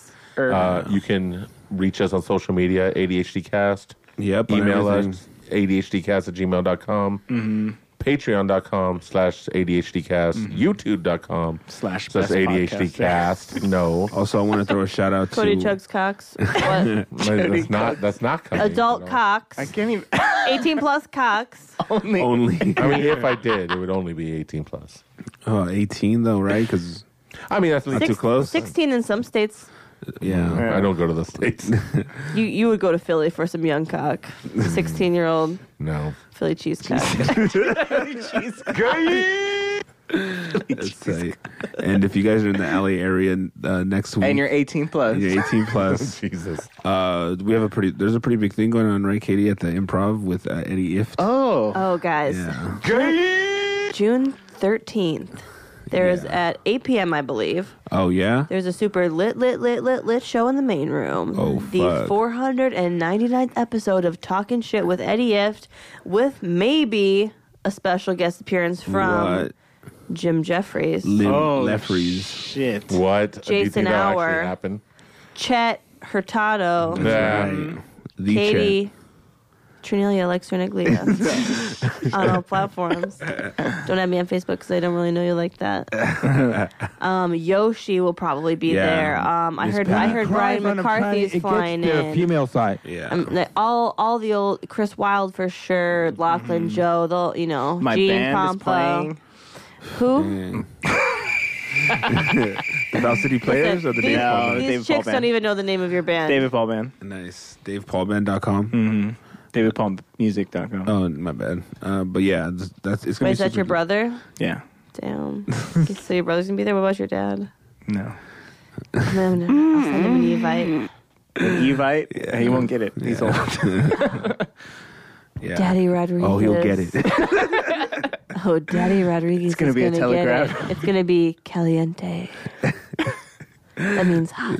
[SPEAKER 8] Or-
[SPEAKER 7] Uh, you can reach us on social media, ADHDcast.
[SPEAKER 5] Yep, on
[SPEAKER 7] Email
[SPEAKER 5] everything.
[SPEAKER 7] us, ADHDcast at gmail.com. Mm-hmm. Patreon.com slash ADHDcast.
[SPEAKER 5] Mm-hmm.
[SPEAKER 7] YouTube.com
[SPEAKER 8] slash
[SPEAKER 7] slash
[SPEAKER 8] best
[SPEAKER 7] ADHDcast. No.
[SPEAKER 5] Also, I want to throw a shout out to
[SPEAKER 6] Cody Chugs Cox. What?
[SPEAKER 7] that's not that's not coming.
[SPEAKER 6] Adult
[SPEAKER 7] you know?
[SPEAKER 6] Cox.
[SPEAKER 8] I can't even.
[SPEAKER 6] 18 plus Cox.
[SPEAKER 8] Only.
[SPEAKER 5] only
[SPEAKER 7] I mean, if I did, it would only be 18 plus.
[SPEAKER 5] oh, 18 though, right? Because
[SPEAKER 7] I mean, that's not
[SPEAKER 6] Six-
[SPEAKER 7] too close.
[SPEAKER 6] 16 in some states.
[SPEAKER 5] yeah,
[SPEAKER 7] I don't go to the states.
[SPEAKER 6] You you would go to Philly for some young cock. 16 year old
[SPEAKER 7] No.
[SPEAKER 6] Philly cheese cock.
[SPEAKER 5] that's right. And if you guys are in the LA area uh, next week,
[SPEAKER 8] And you're 18 plus.
[SPEAKER 5] you're 18 plus.
[SPEAKER 7] Jesus.
[SPEAKER 5] Uh, we have a pretty. There's a pretty big thing going on, right, Katie, at the Improv with uh, Eddie Ift.
[SPEAKER 8] Oh.
[SPEAKER 6] Oh, guys.
[SPEAKER 5] Yeah,
[SPEAKER 6] June 13th. There is at 8 p.m., I believe.
[SPEAKER 5] Oh yeah.
[SPEAKER 6] There's a super lit, lit, lit, lit, lit show in the main room.
[SPEAKER 5] Oh,
[SPEAKER 6] The
[SPEAKER 5] fuck.
[SPEAKER 6] 499th episode of Talking Shit with Eddie Ift, with maybe a special guest appearance from
[SPEAKER 5] What?
[SPEAKER 6] Jim Jeffries,
[SPEAKER 5] Lim
[SPEAKER 8] Oh,
[SPEAKER 5] Leffries.
[SPEAKER 8] Shit.
[SPEAKER 7] What? Do you
[SPEAKER 6] Jason
[SPEAKER 7] think that'll actually
[SPEAKER 6] Auer.
[SPEAKER 7] happen?
[SPEAKER 6] Chet Hurtado,
[SPEAKER 7] Nah.
[SPEAKER 5] Right. The
[SPEAKER 6] Katie, Trinelia, Lex Reneglia on all platforms. Don't add me on Facebook because I don't really know you like that. Um, Yoshi will probably be
[SPEAKER 5] Yeah.
[SPEAKER 6] there. Um, I
[SPEAKER 5] Miss
[SPEAKER 6] heard I
[SPEAKER 5] Pat.
[SPEAKER 6] heard Brian McCarthy's flying in.
[SPEAKER 9] female side.
[SPEAKER 5] Chick. Yeah.
[SPEAKER 6] Um, like, all all the old Chris Wilde for sure, Lachlan Joe, they'll you know,
[SPEAKER 8] Mm-hmm. My
[SPEAKER 6] Gene
[SPEAKER 8] band
[SPEAKER 6] Pompa.
[SPEAKER 8] is playing.
[SPEAKER 6] Who?
[SPEAKER 5] Mm, the Val City Players or the
[SPEAKER 6] these
[SPEAKER 5] Dave Paul Band?
[SPEAKER 8] No,
[SPEAKER 6] these
[SPEAKER 8] Oh, David Paul
[SPEAKER 6] chicks
[SPEAKER 8] Band.
[SPEAKER 6] don't even know the name of your band.
[SPEAKER 8] David Paul Band.
[SPEAKER 5] Nice. DavePaulBand.com.
[SPEAKER 8] DavidPaulMusic.com.
[SPEAKER 5] Oh, my Oh, bad. Uh, but yeah, th- that's it's gonna
[SPEAKER 6] Wait,
[SPEAKER 5] be
[SPEAKER 6] is that
[SPEAKER 5] super
[SPEAKER 6] your
[SPEAKER 5] good.
[SPEAKER 6] brother?
[SPEAKER 8] Yeah.
[SPEAKER 6] Damn. so your brother's gonna be there. What about your dad?
[SPEAKER 8] No.
[SPEAKER 6] No, no. I'll send him an
[SPEAKER 8] Mm.
[SPEAKER 6] Evite.
[SPEAKER 8] Evite, he won't get it. He's old.
[SPEAKER 5] yeah.
[SPEAKER 6] Daddy Rodriguez.
[SPEAKER 5] Oh, he'll get it.
[SPEAKER 6] oh, Daddy Rodriguez. It's
[SPEAKER 8] gonna
[SPEAKER 6] is
[SPEAKER 8] be a
[SPEAKER 6] gonna get
[SPEAKER 8] telegram.
[SPEAKER 6] it. It's gonna be caliente. that means hot.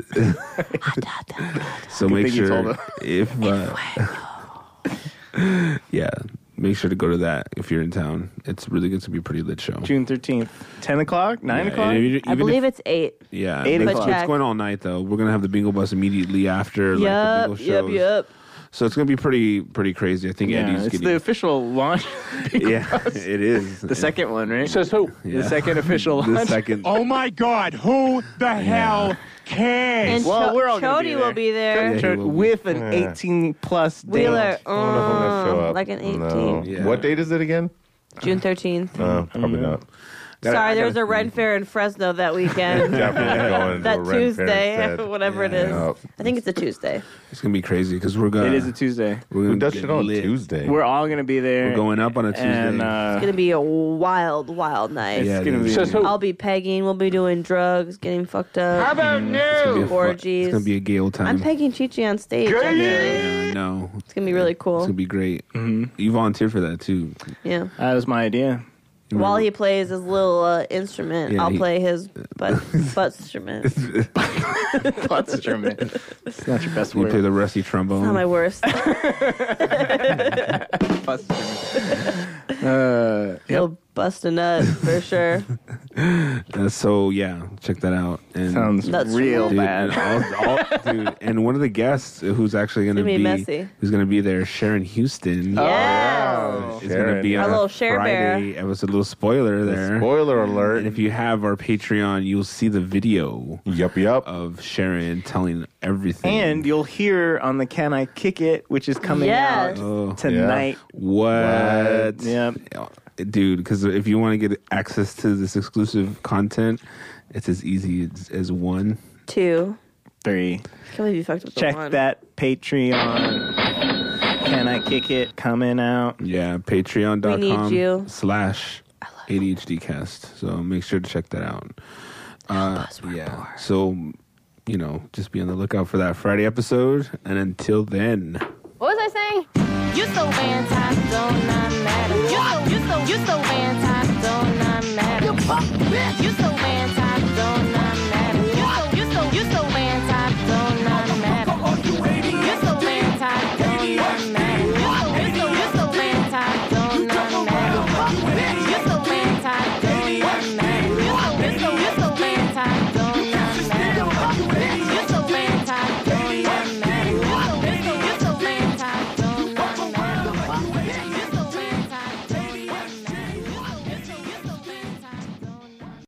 [SPEAKER 5] So
[SPEAKER 8] Good
[SPEAKER 5] make
[SPEAKER 8] thing you told
[SPEAKER 5] sure
[SPEAKER 8] him.
[SPEAKER 5] if uh, yeah, make sure to go to that if you're in town. It's really going to be a pretty lit show.
[SPEAKER 8] June 13th. 10 o'clock? 9
[SPEAKER 5] Yeah,
[SPEAKER 8] o'clock?
[SPEAKER 5] and if you-
[SPEAKER 6] I
[SPEAKER 5] even
[SPEAKER 6] believe
[SPEAKER 5] if-
[SPEAKER 6] it's eight.
[SPEAKER 5] Yeah,
[SPEAKER 8] Eight
[SPEAKER 5] but
[SPEAKER 8] o'clock.
[SPEAKER 5] It's going all night though. We're gonna have the bingo bus immediately after.
[SPEAKER 6] Yep.
[SPEAKER 5] like, the bingo
[SPEAKER 6] yep.
[SPEAKER 5] shows.
[SPEAKER 6] Yep.
[SPEAKER 5] So it's gonna be pretty pretty crazy. I think
[SPEAKER 8] Yeah,
[SPEAKER 5] Eddie's
[SPEAKER 8] it's
[SPEAKER 5] getting
[SPEAKER 8] the official launch.
[SPEAKER 5] yeah, it is
[SPEAKER 8] The second one, right?
[SPEAKER 10] Says who?
[SPEAKER 5] Yeah.
[SPEAKER 8] The second official
[SPEAKER 5] the
[SPEAKER 8] launch.
[SPEAKER 5] second.
[SPEAKER 10] Oh my God! Who the hell cares?
[SPEAKER 6] And
[SPEAKER 8] Well,
[SPEAKER 6] Cho-
[SPEAKER 8] we're all gonna
[SPEAKER 6] Chody
[SPEAKER 8] be
[SPEAKER 6] will
[SPEAKER 8] there.
[SPEAKER 6] be there.
[SPEAKER 5] Yeah, he will be.
[SPEAKER 8] With an
[SPEAKER 7] Yeah.
[SPEAKER 8] 18 plus date.
[SPEAKER 6] Wheeler,
[SPEAKER 7] I don't know if I'm gonna show
[SPEAKER 6] um,
[SPEAKER 7] up.
[SPEAKER 6] like an 18,
[SPEAKER 7] No.
[SPEAKER 5] Yeah. Mm-hmm.
[SPEAKER 7] What date is it again?
[SPEAKER 6] June 13th.
[SPEAKER 7] No, probably not.
[SPEAKER 5] Gotta-
[SPEAKER 6] Sorry,
[SPEAKER 5] I
[SPEAKER 6] there
[SPEAKER 5] gotta
[SPEAKER 6] was a Ren Fair in Fresno that weekend.
[SPEAKER 7] Definitely going to
[SPEAKER 6] that
[SPEAKER 7] a Ren Fair
[SPEAKER 6] Tuesday,
[SPEAKER 7] instead.
[SPEAKER 6] whatever it is.
[SPEAKER 7] Yep.
[SPEAKER 6] I think it's a Tuesday.
[SPEAKER 5] It's gonna be crazy because we're gonna.
[SPEAKER 8] It is a Tuesday.
[SPEAKER 5] we're gonna
[SPEAKER 7] Who does
[SPEAKER 5] get
[SPEAKER 7] shit on
[SPEAKER 5] lit.
[SPEAKER 7] Tuesday?
[SPEAKER 8] We're all going to be there.
[SPEAKER 5] We're going up on a Tuesday.
[SPEAKER 8] And, uh,
[SPEAKER 6] It's gonna be a wild, wild night.
[SPEAKER 5] yeah,
[SPEAKER 8] it's gonna
[SPEAKER 5] it is.
[SPEAKER 8] be-
[SPEAKER 10] Says who?
[SPEAKER 6] I'll be pegging. We'll be doing drugs, getting fucked up.
[SPEAKER 10] about
[SPEAKER 5] It's gonna
[SPEAKER 10] new?
[SPEAKER 5] be a fu-
[SPEAKER 6] Orgies.
[SPEAKER 5] It's gonna be a gay old time.
[SPEAKER 6] I'm pegging Chichi on stage. actually.
[SPEAKER 5] Yeah, no,
[SPEAKER 6] It's gonna be really
[SPEAKER 5] it's
[SPEAKER 6] cool.
[SPEAKER 5] gonna be great.
[SPEAKER 8] Mm-hmm.
[SPEAKER 5] You volunteered for that too.
[SPEAKER 6] yeah.
[SPEAKER 8] that was my idea.
[SPEAKER 6] While he plays his little uh, instrument,
[SPEAKER 5] Yeah,
[SPEAKER 6] I'll
[SPEAKER 5] he-
[SPEAKER 6] play his butt butt instrument. It's
[SPEAKER 8] That's German. It's not your best
[SPEAKER 5] You play
[SPEAKER 8] word.
[SPEAKER 5] the rusty trombone.
[SPEAKER 6] not my worst.
[SPEAKER 8] Plus German. Uh,
[SPEAKER 6] He'll bust a nut for sure.
[SPEAKER 5] Uh, so yeah, check that out. And
[SPEAKER 8] sounds
[SPEAKER 6] That's
[SPEAKER 8] real
[SPEAKER 5] dude,
[SPEAKER 8] bad.
[SPEAKER 5] And, all, all, dude, and one of the guests who's actually going to
[SPEAKER 6] gonna be
[SPEAKER 5] be
[SPEAKER 6] messy.
[SPEAKER 5] who's going to be there, Sharon Houston.
[SPEAKER 8] Oh,
[SPEAKER 6] Yeah.
[SPEAKER 5] Is going to be
[SPEAKER 7] Sharon.
[SPEAKER 5] on
[SPEAKER 6] Our little Cher Bear.
[SPEAKER 5] Friday. It was a little spoiler there.
[SPEAKER 7] Spoiler alert.
[SPEAKER 5] And if you have our Patreon, you'll see the video
[SPEAKER 7] yup, yup.
[SPEAKER 5] of Sharon telling everything.
[SPEAKER 8] And you'll hear on the Can I Kick It, which is coming
[SPEAKER 6] Yes.
[SPEAKER 8] out
[SPEAKER 5] oh,
[SPEAKER 8] tonight. Uh,
[SPEAKER 5] what?
[SPEAKER 8] Yep.
[SPEAKER 5] dude. Because if you want to get access to this exclusive content, it's as easy as, as one.
[SPEAKER 6] Two.
[SPEAKER 8] Three.
[SPEAKER 6] Can't believe you fucked up the
[SPEAKER 8] Check
[SPEAKER 6] one.
[SPEAKER 8] that Patreon. Can I Kick It coming out?
[SPEAKER 5] Yeah,
[SPEAKER 6] We need you.
[SPEAKER 5] patreon.com slash ADHD cast. So make sure to check that out. Uh, yeah. So, you know, just be on the lookout for that Friday episode. And until then,
[SPEAKER 3] What was I saying?
[SPEAKER 4] You so fantastic, don't not matter. You so you so you so fantastic, don't not matter. You pop bitch. You so